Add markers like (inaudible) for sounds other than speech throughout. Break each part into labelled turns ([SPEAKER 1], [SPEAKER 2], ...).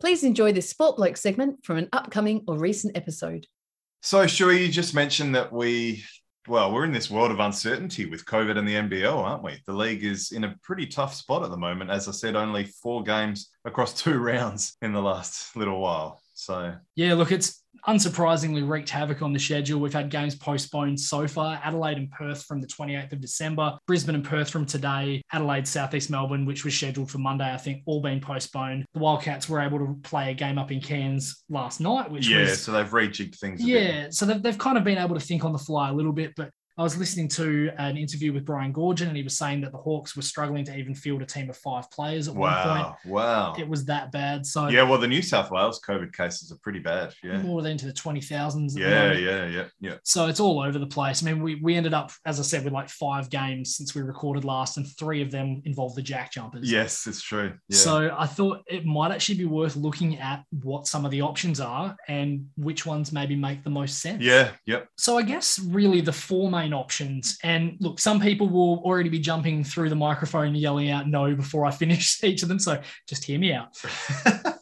[SPEAKER 1] Please enjoy this Sport Bloke segment from an upcoming or recent episode.
[SPEAKER 2] So, Shui, you just mentioned that we, well, we're in this world of uncertainty with COVID and the NBL, aren't we? The league is in a pretty tough spot at the moment. As I said, only four games across (laughs) two rounds in the last little while. So,
[SPEAKER 3] Yeah, look, it's unsurprisingly wreaked havoc on the schedule. We've had games postponed so far Adelaide and Perth from the 28th of December, Brisbane and Perth from today, Adelaide, Southeast Melbourne, which was scheduled for Monday, I think, all been postponed. The Wildcats were able to play a game up in Cairns last night, which
[SPEAKER 2] yeah,
[SPEAKER 3] was
[SPEAKER 2] so they've rejigged things. A Bit.
[SPEAKER 3] yeah, so they've, they've kind of been able to think on the fly a little bit, but I was listening to an interview with Brian Gorgian and he was saying that the Hawks were struggling to even field a team of five players at one
[SPEAKER 2] Wow. Wow.
[SPEAKER 3] point. It was that bad. So
[SPEAKER 2] Yeah. Well, the New South Wales COVID cases are pretty bad. Yeah.
[SPEAKER 3] more than into the 20,000s. at the
[SPEAKER 2] Yeah.
[SPEAKER 3] moment.
[SPEAKER 2] Yeah. Yeah. Yeah.
[SPEAKER 3] So it's all over the place. I mean, we, we ended up, as I said, with like five games since we recorded last, and three of them involved the Jack Jumpers.
[SPEAKER 2] Yes, it's true. Yeah.
[SPEAKER 3] So I thought it might actually be worth looking at what some of the options are and which ones maybe make the most sense.
[SPEAKER 2] yeah. Yep.
[SPEAKER 3] So I guess really the four main options. And look, some people will already be jumping through the microphone yelling out no before I finish (laughs) each of them. So just hear
[SPEAKER 2] (laughs)
[SPEAKER 3] me out.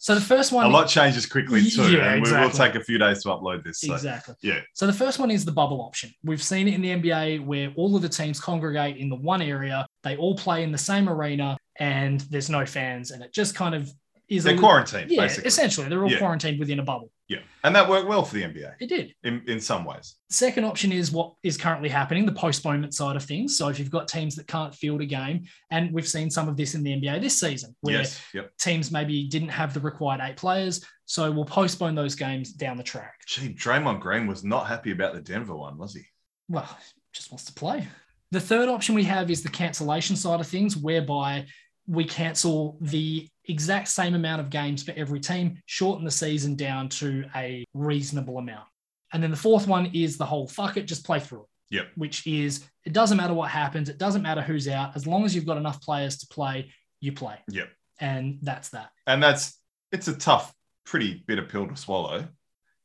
[SPEAKER 3] so the first one
[SPEAKER 2] a lot changes quickly too,
[SPEAKER 3] Yeah,
[SPEAKER 2] and we will
[SPEAKER 3] exactly.
[SPEAKER 2] take a few days to upload this. So.
[SPEAKER 3] Exactly.
[SPEAKER 2] Yeah.
[SPEAKER 3] So the first one is the bubble option. We've seen it in the NBA where all of the teams congregate in the one area, they all play in the same arena, and there's no fans, and it just kind of is a
[SPEAKER 2] They're
[SPEAKER 3] little-
[SPEAKER 2] quarantined,
[SPEAKER 3] Yeah,
[SPEAKER 2] basically.
[SPEAKER 3] essentially, they're all
[SPEAKER 2] Yeah.
[SPEAKER 3] quarantined within a bubble.
[SPEAKER 2] Yeah. And that worked well for the NBA
[SPEAKER 3] It did.
[SPEAKER 2] in, in some ways.
[SPEAKER 3] Second option is what is currently happening, the postponement side of things. So if you've got teams that can't field a game, and we've seen some of this in the NBA this season, where
[SPEAKER 2] Yes. Yep.
[SPEAKER 3] teams maybe didn't have the required eight players, so we'll postpone those games down the track.
[SPEAKER 2] Gee, Draymond Green was not happy about the Denver one, was he?
[SPEAKER 3] well, just wants to play. The third option we have is the cancellation side of things, whereby we cancel the exact same amount of games for every team, shorten the season down to a reasonable amount. And then the fourth one is the whole fuck it, just play through it.
[SPEAKER 2] Yep.
[SPEAKER 3] Which is it doesn't matter what happens, it doesn't matter who's out, as long as you've got enough players to play, you play.
[SPEAKER 2] Yep.
[SPEAKER 3] And that's that.
[SPEAKER 2] And that's it's a tough, pretty bitter pill to swallow.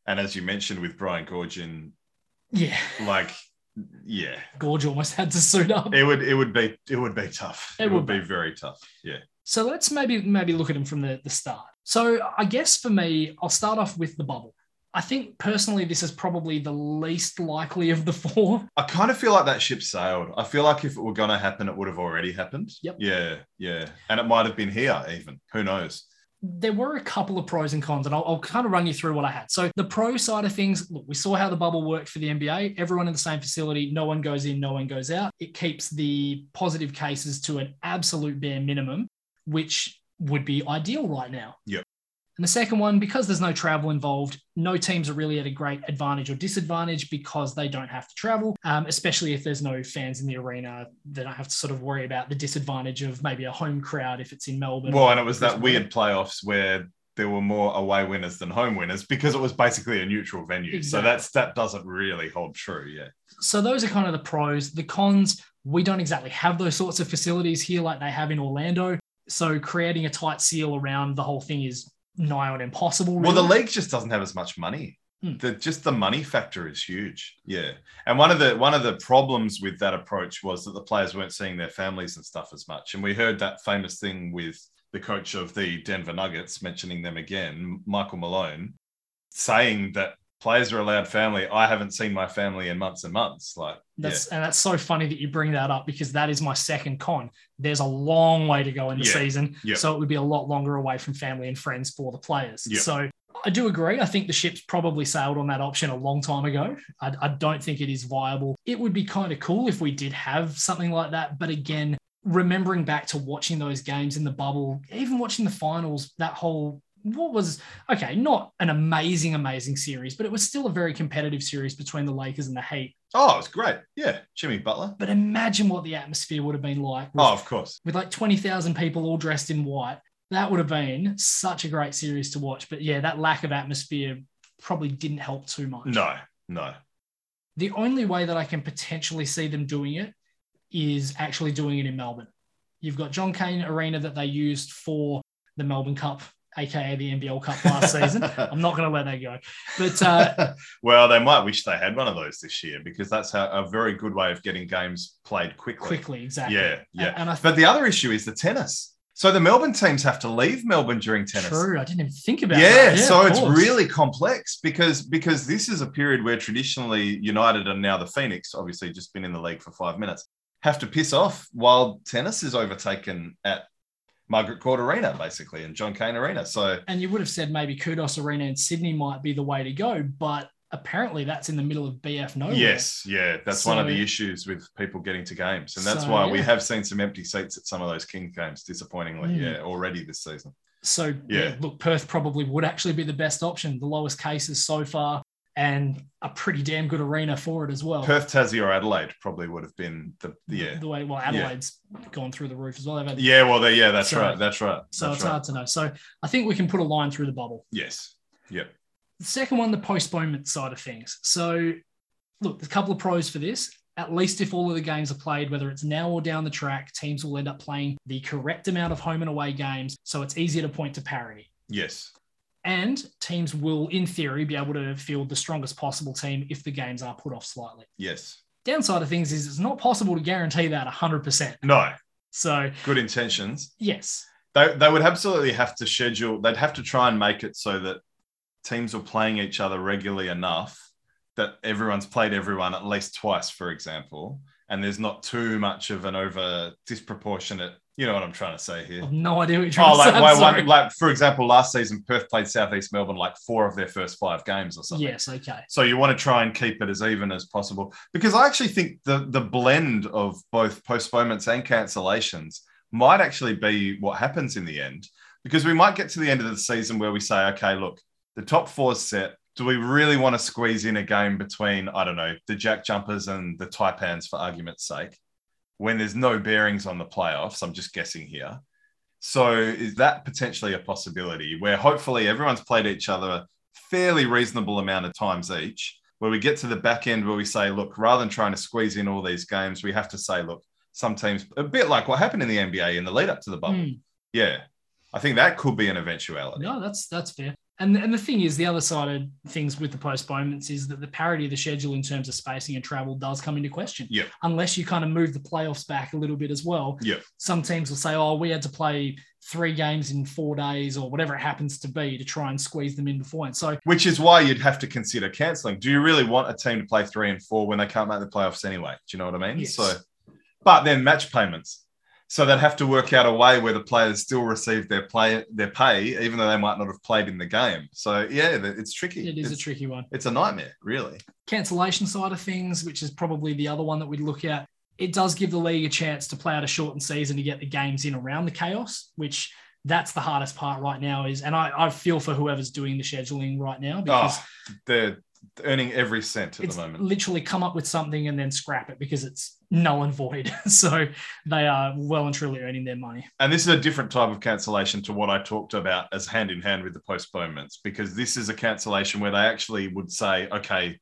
[SPEAKER 2] And as you mentioned with Brian Gorgian,
[SPEAKER 3] Yeah. (laughs)
[SPEAKER 2] like, yeah,
[SPEAKER 3] Gorge almost had to suit up.
[SPEAKER 2] it would it would be it would be tough.
[SPEAKER 3] It
[SPEAKER 2] It, would
[SPEAKER 3] would
[SPEAKER 2] be very tough. Yeah.
[SPEAKER 3] So let's maybe maybe look at them from the, the start. So I guess for me, I'll start off with the bubble. I think personally, this is probably the least likely of the (laughs) four.
[SPEAKER 2] I kind of feel like that ship sailed. I feel like if it were going to happen, it would have already happened.
[SPEAKER 3] Yep.
[SPEAKER 2] Yeah. Yeah. And it might have been here, even. Who knows?
[SPEAKER 3] There were a couple of pros and cons, and I'll, I'll kind of run you through what I had. So the pro side of things, look, we saw how the bubble worked for the NBA. Everyone in the same facility, no one goes in, no one goes out. It keeps the positive cases to an absolute bare minimum, which would be ideal right now.
[SPEAKER 2] Yep.
[SPEAKER 3] And the second one, because there's no travel involved, no teams are really at a great advantage or disadvantage because they don't have to travel, um, especially if there's no fans in the arena. They don't have to sort of worry about the disadvantage of maybe a home crowd if it's in Melbourne.
[SPEAKER 2] Well, and it was
[SPEAKER 3] Chris
[SPEAKER 2] that weird playoffs where there were more away winners than home winners because it was basically a neutral venue. So
[SPEAKER 3] Exactly.
[SPEAKER 2] that's that doesn't really hold true. Yeah.
[SPEAKER 3] so those are kind of the pros. The cons, we don't exactly have those sorts of facilities here like they have in Orlando. So creating a tight seal around the whole thing is nigh on impossible.
[SPEAKER 2] Well, the
[SPEAKER 3] really.
[SPEAKER 2] league just doesn't have as much money.
[SPEAKER 3] Hmm.
[SPEAKER 2] The just the money factor is huge. Yeah. And one of the one of the problems with that approach was that the players weren't seeing their families and stuff as much. And we heard that famous thing with the coach of the Denver Nuggets mentioning them again, Michael Malone, saying that players are allowed family. I haven't seen my family in months and months. Like yeah.
[SPEAKER 3] that's and that's so funny that you bring that up because that is my second con. There's a long way to go in the
[SPEAKER 2] Yeah.
[SPEAKER 3] season,
[SPEAKER 2] Yeah.
[SPEAKER 3] so it would be a lot longer away from family and friends for the players.
[SPEAKER 2] Yeah.
[SPEAKER 3] So I do agree. I think the ship's probably sailed on that option a long time ago. I, I don't think it is viable. It would be kind of cool if we did have something like that, but again, remembering back to watching those games in the bubble, even watching the finals, that whole what was okay, not an amazing, amazing series, but it was still a very competitive series between the Lakers and the Heat.
[SPEAKER 2] Oh, it was great. Yeah. Jimmy Butler.
[SPEAKER 3] But imagine what the atmosphere would have been like with,
[SPEAKER 2] Oh, of course.
[SPEAKER 3] with like 20,000 people all dressed in white. That would have been such a great series to watch. But yeah, that lack of atmosphere probably didn't help too much.
[SPEAKER 2] No, no.
[SPEAKER 3] The only way that I can potentially see them doing it is actually doing it in Melbourne. You've got John Cain Arena that they used for the Melbourne Cup, aka the NBL
[SPEAKER 2] (laughs)
[SPEAKER 3] Cup last season. I'm not going to let that go. But uh,
[SPEAKER 2] well, they might wish they had one of those this year because that's how, a very good way of getting games played quickly.
[SPEAKER 3] quickly, exactly.
[SPEAKER 2] Yeah, yeah.
[SPEAKER 3] And, and I
[SPEAKER 2] But the other issue is the tennis. So the Melbourne teams have to leave Melbourne during tennis.
[SPEAKER 3] True. I didn't even think about
[SPEAKER 2] Yeah,
[SPEAKER 3] that.
[SPEAKER 2] so
[SPEAKER 3] of
[SPEAKER 2] it's
[SPEAKER 3] course.
[SPEAKER 2] really complex because because this is a period where traditionally United and now the Phoenix, obviously just been in the league for five minutes, have to piss off while tennis is overtaken at Margaret Court Arena, basically, and John Cain Arena. So
[SPEAKER 3] And you would have said maybe Kudos Arena in Sydney might be the way to go, but apparently that's in the middle of BF nowhere.
[SPEAKER 2] yes, yeah, that's one of
[SPEAKER 3] Oh, So-
[SPEAKER 2] the issues with people getting to games, and that's
[SPEAKER 3] So,
[SPEAKER 2] why we
[SPEAKER 3] yeah.
[SPEAKER 2] have seen some empty seats at some of those King games, disappointingly,
[SPEAKER 3] Mm.
[SPEAKER 2] yeah, already this season.
[SPEAKER 3] So yeah.
[SPEAKER 2] Yeah.
[SPEAKER 3] look, Perth probably would actually be the best option. The lowest cases so far, and a pretty damn good arena for it as well.
[SPEAKER 2] Perth, Tassie, or Adelaide probably would have been the yeah,
[SPEAKER 3] (laughs) The way well Adelaide's gone through the roof as well. They've had,
[SPEAKER 2] yeah. Well, they- yeah, that's
[SPEAKER 3] So-
[SPEAKER 2] right, that's right.
[SPEAKER 3] so
[SPEAKER 2] that's
[SPEAKER 3] it's
[SPEAKER 2] right.
[SPEAKER 3] hard to know. So I think we can put a line through the bubble.
[SPEAKER 2] Yes,
[SPEAKER 3] The second one, the postponement side of things. So, look, there's a couple of pros for this. At least if all of the games are played, whether it's now or down the track, teams will end up playing the correct amount of home and away games. So it's easier to point to parity.
[SPEAKER 2] yes.
[SPEAKER 3] And teams will, in theory, be able to field the strongest possible team if the games are put off slightly.
[SPEAKER 2] Yes.
[SPEAKER 3] Downside of things is it's not possible to guarantee that 100%.
[SPEAKER 2] No.
[SPEAKER 3] So,
[SPEAKER 2] Good intentions.
[SPEAKER 3] yes,
[SPEAKER 2] They, they would absolutely have to schedule, they'd have to try and make it so that teams are playing each other regularly enough that everyone's played everyone at least twice, for example. And there's not too much of an over disproportionate, you know what I'm trying to say here.
[SPEAKER 3] (laughs) I've no idea what you're trying
[SPEAKER 2] Oh,
[SPEAKER 3] to say.
[SPEAKER 2] like,
[SPEAKER 3] I'm
[SPEAKER 2] why- why-
[SPEAKER 3] sorry.
[SPEAKER 2] like, for example, last season, Perth played Southeast Melbourne like four of their first five games or something.
[SPEAKER 3] yes, okay.
[SPEAKER 2] So you want to try and keep it as even as possible because I actually think the the blend of both postponements and cancellations might actually be what happens in the end because we might get to the end of the season where we say, okay, look, the top four's set. Do we really want to squeeze in a game between I don't know the Jack Jumpers and the Taipans for argument's sake when there's no bearings on the playoffs? I'm just guessing here. So is that potentially a possibility where hopefully everyone's played each other fairly reasonable amount of times each, where we get to the back end where we say, look, rather than trying to squeeze in all these games, we have to say, look, some teams, a bit like what happened in the NBA in the lead up to the bubble.
[SPEAKER 3] Hmm.
[SPEAKER 2] Yeah. I think that could be an eventuality.
[SPEAKER 3] No, that's that's fair. And and the thing is, the other side of things with the postponements is that the parity of the schedule in terms of spacing and travel does come into question.
[SPEAKER 2] Yep.
[SPEAKER 3] Unless you kind of move the playoffs back a little bit as well.
[SPEAKER 2] Yep.
[SPEAKER 3] Some teams will say, "Oh, we had to play three games in four days, or whatever it happens to be, to try and squeeze them in before." And so,
[SPEAKER 2] Which is why you'd have to consider cancelling. Do you really want a team to play three and four when they can't make the playoffs anyway? Do you know what I mean?
[SPEAKER 3] Yes.
[SPEAKER 2] So, but then match payments. So they'd have to work out a way where the players still receive their play their pay, even though they might not have played in the game. So yeah, th- it's tricky.
[SPEAKER 3] it is a
[SPEAKER 2] It's-
[SPEAKER 3] tricky one.
[SPEAKER 2] It's a nightmare, really.
[SPEAKER 3] cancellation side of things, which is probably the other one that we'd look at, it does give the league a chance to play out a shortened season to get the games in around the chaos, which that's the hardest part right now is, and I, I feel for whoever's doing the scheduling right now because
[SPEAKER 2] Oh, they're earning every cent at
[SPEAKER 3] it's
[SPEAKER 2] the moment.
[SPEAKER 3] literally come up with something and then scrap it because it's null and void. (laughs) so they are well and truly earning their money.
[SPEAKER 2] And this is a different type of cancellation to what I talked about as hand in hand with the postponements, because this is a cancellation where they actually would say, okay,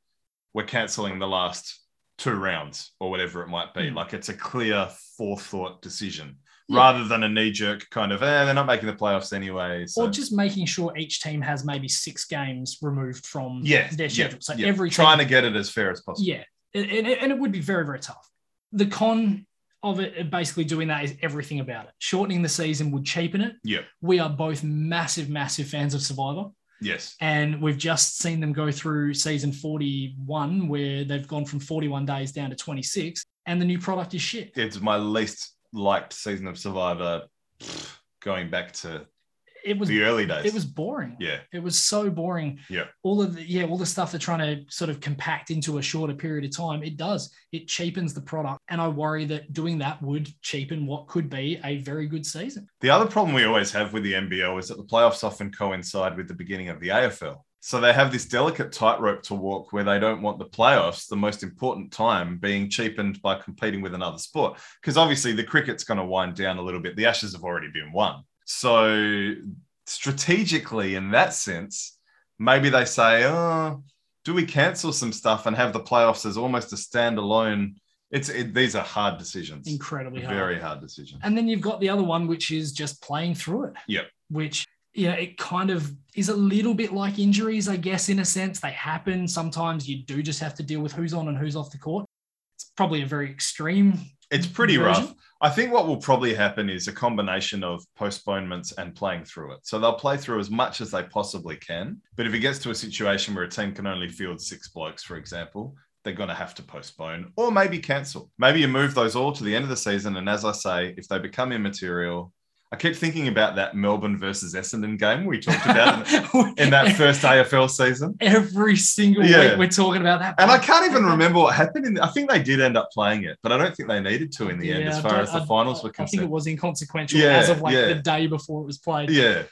[SPEAKER 2] we're cancelling the last two rounds or whatever it might be.
[SPEAKER 3] Hmm.
[SPEAKER 2] Like it's a clear forethought decision
[SPEAKER 3] Yeah.
[SPEAKER 2] rather than a knee jerk kind of, eh, they're not making the playoffs anyway. So.
[SPEAKER 3] Or just making sure each team has maybe six games removed from
[SPEAKER 2] yeah,
[SPEAKER 3] their
[SPEAKER 2] yeah,
[SPEAKER 3] schedule. so
[SPEAKER 2] yeah.
[SPEAKER 3] every team
[SPEAKER 2] trying to get it as fair as possible.
[SPEAKER 3] Yeah, and, and, and it would be very, very tough. The con of it, of basically doing that, is everything about it. Shortening the season would cheapen it.
[SPEAKER 2] Yeah.
[SPEAKER 3] We are both massive, massive fans of Survivor,
[SPEAKER 2] Yes,
[SPEAKER 3] and we've just seen them go through season 41, where they've gone from 41 days down to 26, and the new product is shit.
[SPEAKER 2] it's my least liked season of Survivor, pfft, going back to
[SPEAKER 3] It was
[SPEAKER 2] the early days.
[SPEAKER 3] it was boring.
[SPEAKER 2] yeah,
[SPEAKER 3] It was so boring.
[SPEAKER 2] Yeah.
[SPEAKER 3] All of the yeah, all the stuff they're trying to sort of compact into a shorter period of time, it does. It cheapens the product. And I worry that doing that would cheapen what could be a very good season.
[SPEAKER 2] The other problem we always have with the NBL is that the playoffs often coincide with the beginning of the AFL. So they have this delicate tightrope to walk where they don't want the playoffs, the most important time, being cheapened by competing with another sport. Because obviously the cricket's going to wind down a little bit. The Ashes have already been won. So strategically, in that sense, maybe they say, oh, do we cancel some stuff and have the playoffs as almost a standalone? It's it, these are hard decisions,
[SPEAKER 3] Incredibly hard.
[SPEAKER 2] very hard decisions.
[SPEAKER 3] And then you've got the other one, which is just playing through it.
[SPEAKER 2] Yeah.
[SPEAKER 3] Which, you know, it kind of is a little bit like injuries, I guess, in a sense. They happen. Sometimes you do just have to deal with who's on and who's off the court. It's probably a very extreme.
[SPEAKER 2] It's pretty
[SPEAKER 3] version.
[SPEAKER 2] rough. I think what will probably happen is a combination of postponements and playing through it. So they'll play through as much as they possibly can. But if it gets to a situation where a team can only field six blokes, for example, they're going to have to postpone or maybe cancel. Maybe you move those all to the end of the season. And as I say, if they become immaterial, I keep thinking about that Melbourne versus Essendon game we talked about in-
[SPEAKER 3] (laughs)
[SPEAKER 2] in that first AFL season.
[SPEAKER 3] Every single
[SPEAKER 2] Yeah.
[SPEAKER 3] week we're talking about that.
[SPEAKER 2] And I can't even remember what happened. In I think they did end up playing it, but I don't think they needed to in the end,
[SPEAKER 3] Yeah,
[SPEAKER 2] as
[SPEAKER 3] I
[SPEAKER 2] far
[SPEAKER 3] don't-
[SPEAKER 2] as the
[SPEAKER 3] I-
[SPEAKER 2] finals were
[SPEAKER 3] I think it
[SPEAKER 2] concerned.
[SPEAKER 3] was inconsequential
[SPEAKER 2] Yeah,
[SPEAKER 3] as of like
[SPEAKER 2] yeah.
[SPEAKER 3] the day before it was played.
[SPEAKER 2] Yeah,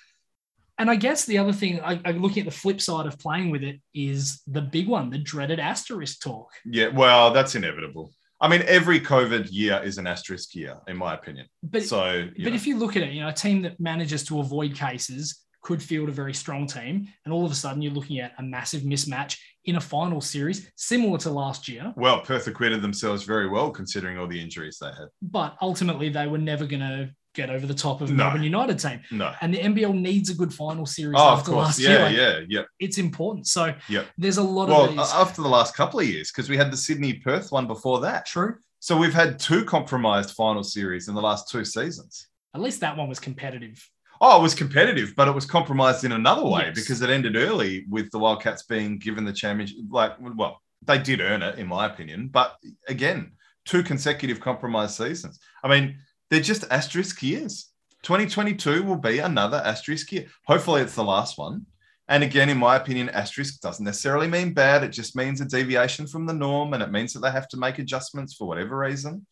[SPEAKER 3] And I guess the other thing, I, I'm looking at the flip side of playing with it, is the big one, the dreaded asterisk talk.
[SPEAKER 2] yeah. Well, that's inevitable. I mean, every COVID year is an asterisk year, in my opinion.
[SPEAKER 3] But
[SPEAKER 2] so, you
[SPEAKER 3] but
[SPEAKER 2] know,
[SPEAKER 3] if you look at it, you know, a team that manages to avoid cases could field a very strong team, and all of a sudden you're looking at a massive mismatch in a final series similar to last year.
[SPEAKER 2] well, Perth acquitted themselves very well considering all the injuries they had.
[SPEAKER 3] But ultimately, they were never going to get over the top of
[SPEAKER 2] No.
[SPEAKER 3] Melbourne United team,
[SPEAKER 2] No.
[SPEAKER 3] and the NBL needs a good final series
[SPEAKER 2] Oh, of
[SPEAKER 3] after
[SPEAKER 2] course.
[SPEAKER 3] last
[SPEAKER 2] Yeah,
[SPEAKER 3] year. Like,
[SPEAKER 2] yeah, yeah.
[SPEAKER 3] It's important. So
[SPEAKER 2] Yep.
[SPEAKER 3] there's a lot of
[SPEAKER 2] Well, uh,
[SPEAKER 3] these.
[SPEAKER 2] a- after the last couple of years, because we had the Sydney Perth one before that.
[SPEAKER 3] True.
[SPEAKER 2] So we've had two compromised final series in the last two seasons.
[SPEAKER 3] At least that one was competitive.
[SPEAKER 2] Oh, it was competitive, but it was compromised in another way
[SPEAKER 3] Yes.
[SPEAKER 2] because it ended early with the Wildcats being given the championship. Like, well, they did earn it, in my opinion. But again, two consecutive compromised seasons. I mean, they're just asterisk years. 2022 will be another asterisk year. Hopefully, it's the last one. And again, in my opinion, asterisk doesn't necessarily mean bad. It just means a deviation from the norm and it means that they have to make adjustments for whatever reason.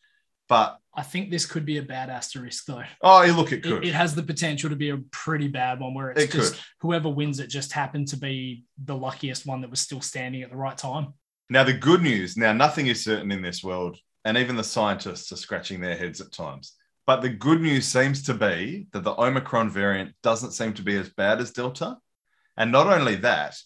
[SPEAKER 2] But,
[SPEAKER 3] I think this could be a bad asterisk, though.
[SPEAKER 2] oh, look, it
[SPEAKER 3] It,
[SPEAKER 2] could.
[SPEAKER 3] it has the potential to be a pretty bad one where it's
[SPEAKER 2] It
[SPEAKER 3] just
[SPEAKER 2] could.
[SPEAKER 3] whoever wins it just happened to be the luckiest one that was still standing at the right time.
[SPEAKER 2] Now, the good news now, nothing is certain in this world, and even the scientists are scratching their heads at times. But the good news seems to be that the Omicron variant doesn't seem to be as bad as Delta. And not only that,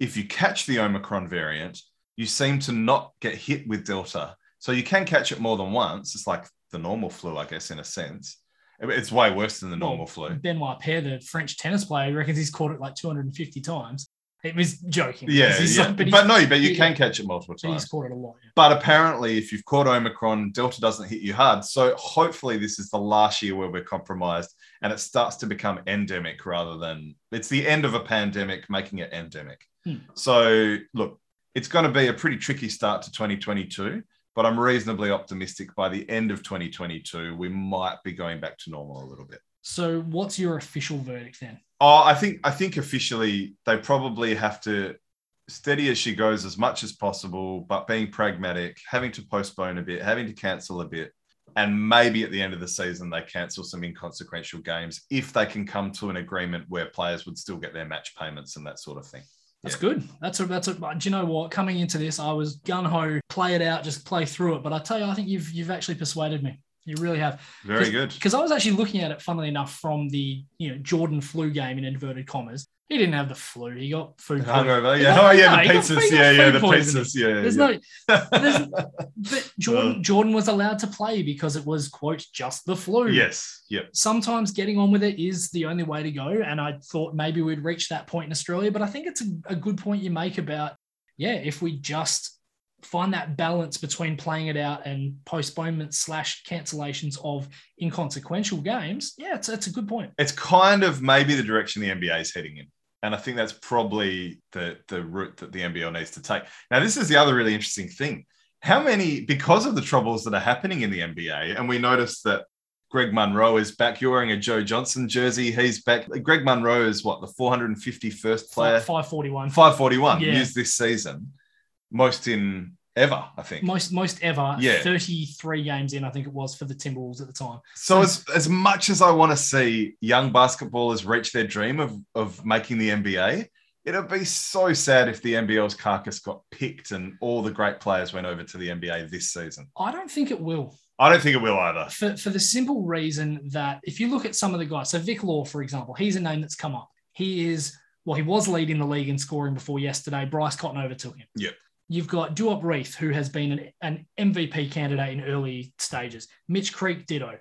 [SPEAKER 2] if you catch the Omicron variant, you seem to not get hit with Delta. So you can catch it more than once. It's like the normal flu, I guess, in a sense. It's way worse than the
[SPEAKER 3] Well,
[SPEAKER 2] normal flu.
[SPEAKER 3] Benoit Paire, the French tennis player, reckons he's caught it like 250 times. It was joking.
[SPEAKER 2] Yeah,
[SPEAKER 3] 'cause he's
[SPEAKER 2] yeah.
[SPEAKER 3] like-
[SPEAKER 2] but,
[SPEAKER 3] he's-
[SPEAKER 2] no, but you
[SPEAKER 3] yeah.
[SPEAKER 2] can catch it multiple
[SPEAKER 3] but
[SPEAKER 2] times.
[SPEAKER 3] he's caught it a lot. yeah.
[SPEAKER 2] But apparently, if you've caught Omicron, Delta doesn't hit you hard. So hopefully, this is the last year where we're compromised and it starts to become endemic rather than it's the end of a pandemic, making it endemic.
[SPEAKER 3] Hmm.
[SPEAKER 2] So, look, it's going to be a pretty tricky start to 2022, but I'm reasonably optimistic by the end of 2022, we might be going back to normal a little bit.
[SPEAKER 3] So, what's your official verdict then?
[SPEAKER 2] Oh, I think I think officially they probably have to steady as she goes as much as possible, but being pragmatic, having to postpone a bit, having to cancel a bit, and maybe at the end of the season they cancel some inconsequential games if they can come to an agreement where players would still get their match payments and that sort of thing.
[SPEAKER 3] That's
[SPEAKER 2] Yeah.
[SPEAKER 3] good. That's a that's a. Do you know what? Coming into this, I was gun ho, play it out, just play through it. But I tell you, I think you've you've actually persuaded me. You really have.
[SPEAKER 2] Very good.
[SPEAKER 3] (laughs) because I was actually looking at it, funnily enough, from the you know Jordan flu game in inverted commas. He didn't have the flu. He got food. poisoning.
[SPEAKER 2] Hungover,
[SPEAKER 3] He
[SPEAKER 2] yeah.
[SPEAKER 3] got-
[SPEAKER 2] Oh yeah,
[SPEAKER 3] no, he
[SPEAKER 2] the
[SPEAKER 3] got
[SPEAKER 2] pizzas,
[SPEAKER 3] food-
[SPEAKER 2] yeah, yeah,
[SPEAKER 3] food
[SPEAKER 2] the
[SPEAKER 3] poisoning.
[SPEAKER 2] pizzas, yeah.
[SPEAKER 3] There's
[SPEAKER 2] yeah. Uh.
[SPEAKER 3] no,
[SPEAKER 2] (laughs)
[SPEAKER 3] there's, but Jordan Jordan was allowed to play because it was quote just the flu.
[SPEAKER 2] yes, yep.
[SPEAKER 3] Sometimes getting on with it is the only way to go. And I thought maybe we'd reach that point in Australia, but I think it's a, a good point you make about yeah, if we just find that balance between playing it out and postponements slash cancellations of inconsequential games, yeah, it's, it's a good point.
[SPEAKER 2] it's kind of maybe the direction the NBA is heading in. And I think that's probably the, the route that the NBL needs to take. Now, this is the other really interesting thing. How many, because of the troubles that are happening in the NBA, and we noticed that Greg Munro is back. You're wearing a Joe Johnson jersey. He's back. Greg Munro is what, the 451st player?
[SPEAKER 3] 541.
[SPEAKER 2] 541
[SPEAKER 3] Yeah.
[SPEAKER 2] used this season, most in ever, I think.
[SPEAKER 3] Most most ever,
[SPEAKER 2] Yeah.
[SPEAKER 3] 33 games in, I think it was for the Timberwolves at the time.
[SPEAKER 2] So as as much as I want to see young basketballers reach their dream of of making the NBA, it'd be so sad if the NBL's carcass got picked and all the great players went over to the NBA this season.
[SPEAKER 3] I don't think it will.
[SPEAKER 2] I don't think it will either.
[SPEAKER 3] for, for the simple reason that if you look at some of the guys, so Vic Law, for example, he's a name that's come up. He is, well, he was leading the league in scoring before yesterday. Bryce Cotton overtook him.
[SPEAKER 2] Yep.
[SPEAKER 3] You've got Duop Reith, who has been an, an MVP candidate in early stages. Mitch Creek, ditto.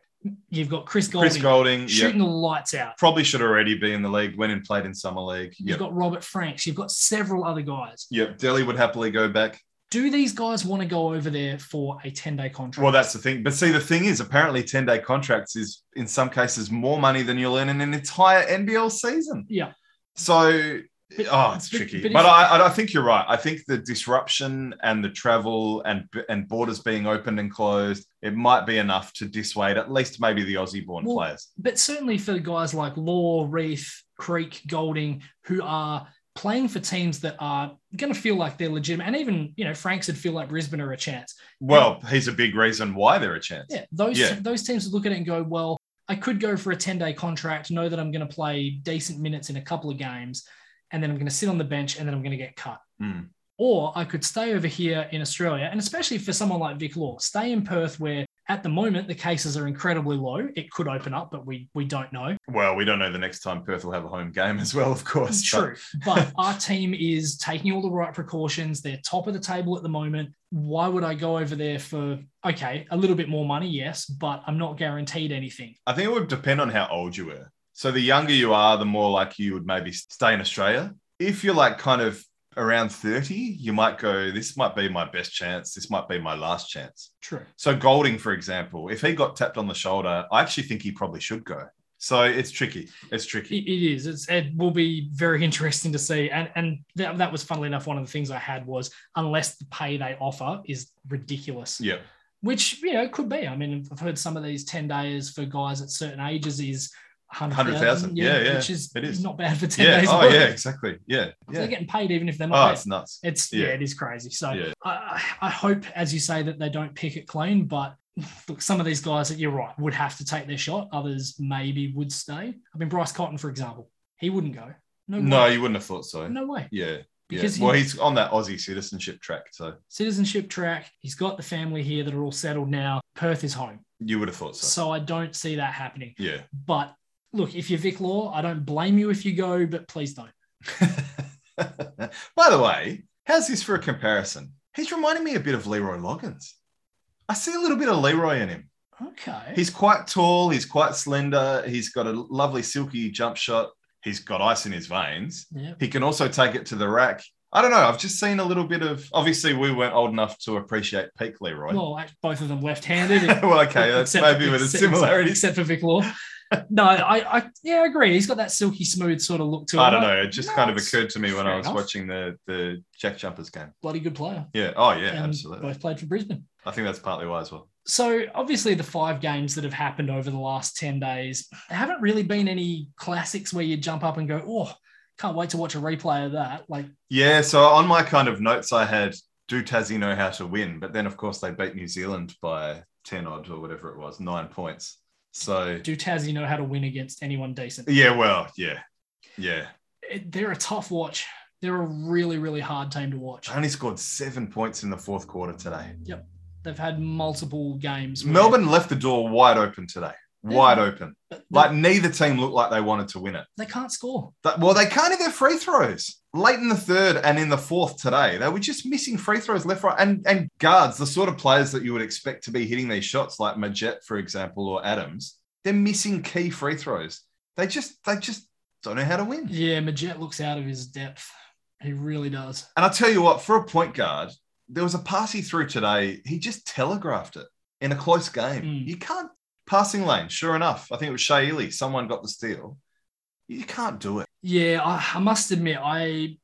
[SPEAKER 3] You've got Chris Golding
[SPEAKER 2] Chris Golding, yeah,
[SPEAKER 3] shooting the lights out.
[SPEAKER 2] probably should already be in the league. Went and played in summer league.
[SPEAKER 3] You've
[SPEAKER 2] Yep.
[SPEAKER 3] got Robert Franks. You've got several other guys.
[SPEAKER 2] Yep. Delhi would happily go back.
[SPEAKER 3] Do these guys want to go over there for a 10 day contract?
[SPEAKER 2] Well, that's the thing. But see, the thing is, apparently, 10 day contracts is in some cases more money than you'll earn in an entire NBL season.
[SPEAKER 3] Yeah.
[SPEAKER 2] So,
[SPEAKER 3] But-
[SPEAKER 2] oh, it's
[SPEAKER 3] but-
[SPEAKER 2] tricky.
[SPEAKER 3] but
[SPEAKER 2] But,
[SPEAKER 3] if-
[SPEAKER 2] I, I- I think you're right. I think the disruption and the travel and and borders being opened and closed, it might be enough to dissuade at least maybe the Aussie born
[SPEAKER 3] Well,
[SPEAKER 2] players.
[SPEAKER 3] but certainly for guys like Law, Reith, Creek, Golding, who are playing for teams that are going to feel like they're legitimate, and even you know Franks would feel like Brisbane are a chance.
[SPEAKER 2] Well, he's a big reason why they're a chance.
[SPEAKER 3] Yeah, those
[SPEAKER 2] Yeah.
[SPEAKER 3] those teams would look at it and go, well, I could go for a ten day contract, know that I'm going to play decent minutes in a couple of games, and then I'm going to sit on the bench, and then I'm going to get cut.
[SPEAKER 2] Mm.
[SPEAKER 3] Or I could stay over here in Australia, and especially for someone like Vic Law, stay in Perth where. At the moment, the cases are incredibly low. It could open up, but we we don't know.
[SPEAKER 2] Well, we don't know the next time Perth will have a home game as well, of course. but-
[SPEAKER 3] True, but
[SPEAKER 2] (laughs)
[SPEAKER 3] our team is taking all the right precautions. They're top of the table at the moment. Why would I go over there for okay, a little bit more money, yes, but I'm not guaranteed anything.
[SPEAKER 2] I think it would depend on how old you were. So the younger you are, the more likely you would maybe stay in Australia. If you're like kind of around 30, you might go, this might be my best chance. This might be my last chance.
[SPEAKER 3] True.
[SPEAKER 2] So Golding, for example, if he got tapped on the shoulder, I actually think he probably should go. So it's tricky. It's tricky.
[SPEAKER 3] It, it is. It's, it will be very interesting to see. And and that, that was funnily enough one of the things I had was unless the pay they offer is ridiculous, (laughs)
[SPEAKER 2] Yeah.
[SPEAKER 3] which you know could be. I mean, I've heard some of these ten days for guys at certain ages is.
[SPEAKER 2] 100,000. Yeah, yeah.
[SPEAKER 3] which is,
[SPEAKER 2] It is.
[SPEAKER 3] not bad for 10
[SPEAKER 2] Yeah.
[SPEAKER 3] days.
[SPEAKER 2] Oh,
[SPEAKER 3] work.
[SPEAKER 2] yeah, exactly. Yeah.
[SPEAKER 3] They're
[SPEAKER 2] Yeah.
[SPEAKER 3] getting paid even if they're not
[SPEAKER 2] Oh,
[SPEAKER 3] paid.
[SPEAKER 2] it's nuts.
[SPEAKER 3] It's yeah.
[SPEAKER 2] Yeah.
[SPEAKER 3] it is crazy. So
[SPEAKER 2] Yeah.
[SPEAKER 3] I I I hope, as you say, that they don't pick it clean. But look, some of these guys that you're right would have to take their shot. Others maybe would stay. I mean, Bryce Cotton, for example, he wouldn't go. No,
[SPEAKER 2] No,
[SPEAKER 3] way.
[SPEAKER 2] you wouldn't have thought so.
[SPEAKER 3] no way.
[SPEAKER 2] Yeah. Yeah.
[SPEAKER 3] Because he-
[SPEAKER 2] Well, he's on that Aussie citizenship track. So
[SPEAKER 3] Citizenship track. He's got the family here that are all settled now. Perth is home,
[SPEAKER 2] you would have thought so.
[SPEAKER 3] so I don't see that happening.
[SPEAKER 2] Yeah.
[SPEAKER 3] But look, if you're Vic Law, I don't blame you if you go, but please don't.
[SPEAKER 2] (laughs) By the way, how's this for a comparison? He's reminding me a bit of Leroy Loggins. I see a little bit of Leroy in him.
[SPEAKER 3] Okay.
[SPEAKER 2] He's quite tall, he's quite slender, he's got a lovely silky jump shot, he's got ice in his veins.
[SPEAKER 3] yeah.
[SPEAKER 2] He can also take it to the rack. I don't know. I've just seen a little bit of. Obviously, we weren't old enough to appreciate peak Leroy. (laughs) Well,
[SPEAKER 3] Well, act- both of
[SPEAKER 2] (laughs)
[SPEAKER 3] them left-handed.
[SPEAKER 2] okay, that's
[SPEAKER 3] Except-
[SPEAKER 2] maybe with a
[SPEAKER 3] except-
[SPEAKER 2] similarity.
[SPEAKER 3] except for Vic Law. (laughs) No, I, I yeah, I agree. He's got that silky smooth sort of look to him.
[SPEAKER 2] I don't know. It just
[SPEAKER 3] No,
[SPEAKER 2] kind of
[SPEAKER 3] it's
[SPEAKER 2] occurred to me when
[SPEAKER 3] fair
[SPEAKER 2] I was
[SPEAKER 3] enough.
[SPEAKER 2] watching the the Jack Jumpers game.
[SPEAKER 3] Bloody good player.
[SPEAKER 2] Yeah. Oh yeah,
[SPEAKER 3] And
[SPEAKER 2] absolutely.
[SPEAKER 3] Both played for Brisbane.
[SPEAKER 2] I think that's partly why as well.
[SPEAKER 3] So obviously, the five games that have happened over the last ten days there haven't really been any classics where you jump up and go, "Oh, can't wait to watch a replay of that." Like,
[SPEAKER 2] Yeah, so on my kind of notes, I had do Tassie know how to win? But then, of course, they beat New Zealand by 10 odd or whatever it was, nine points. So,
[SPEAKER 3] do Tassie know how to win against anyone decent?
[SPEAKER 2] yeah, well, yeah, yeah.
[SPEAKER 3] It- they're a tough watch. They're a really, really hard team to watch.
[SPEAKER 2] They only scored seven points in the fourth quarter today.
[SPEAKER 3] They've had multiple games. where-
[SPEAKER 2] Melbourne left the door wide open today,
[SPEAKER 3] Yeah.
[SPEAKER 2] wide open.
[SPEAKER 3] but they-
[SPEAKER 2] Like, neither team looked like they wanted to win it.
[SPEAKER 3] they can't score.
[SPEAKER 2] That- well, they can't hit their free throws. Late in the third and in the fourth today, they were just missing free throws left, right, and, and guards, the sort of players that you would expect to be hitting these shots, like Majet, for example, or Adams. They're missing key free throws. They just they just don't know how to win.
[SPEAKER 3] Yeah, Majet looks out of his depth. He really does.
[SPEAKER 2] And I'll tell you what, for a point guard, there was a pass he threw today. He just telegraphed it in a close game.
[SPEAKER 3] Mm.
[SPEAKER 2] You can't passing lane, sure enough. I think it was Shay Ely. Someone got the steal. You can't do it.
[SPEAKER 3] Yeah, I, I must admit, I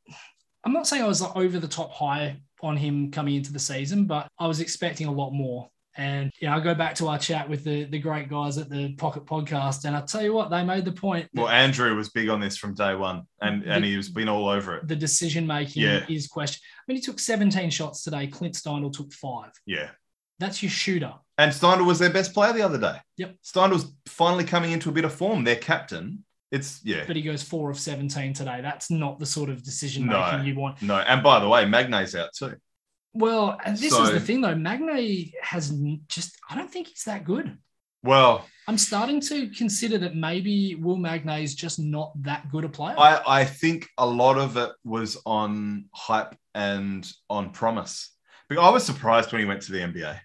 [SPEAKER 3] I'm not saying I was like over the top high on him coming into the season, but I was expecting a lot more. And you know, I go back to our chat with the the great guys at the Pocket Podcast, and I tell you what, they made the point. that
[SPEAKER 2] Well, Andrew was big on this from day one, and, and he's been all over it.
[SPEAKER 3] the decision making
[SPEAKER 2] Yeah.
[SPEAKER 3] is question. I mean, he took 17 shots today. Clint Steindl took five.
[SPEAKER 2] Yeah.
[SPEAKER 3] That's your shooter.
[SPEAKER 2] And Steindl was their best player the other day.
[SPEAKER 3] Yep.
[SPEAKER 2] Steindl's finally coming into a bit of form, their captain. It's, yeah.
[SPEAKER 3] But he goes four of 17 today. That's not the sort of decision making
[SPEAKER 2] No.
[SPEAKER 3] you want.
[SPEAKER 2] No. And by the way, Magne's out too.
[SPEAKER 3] Well, and this is
[SPEAKER 2] So-
[SPEAKER 3] the thing though. Magne has n- just, I don't think he's that good.
[SPEAKER 2] Well,
[SPEAKER 3] I'm starting to consider that maybe Will Magne is just not that good a player.
[SPEAKER 2] I, I think a lot of it was on hype and on promise. Because I was surprised when he went to the NBA.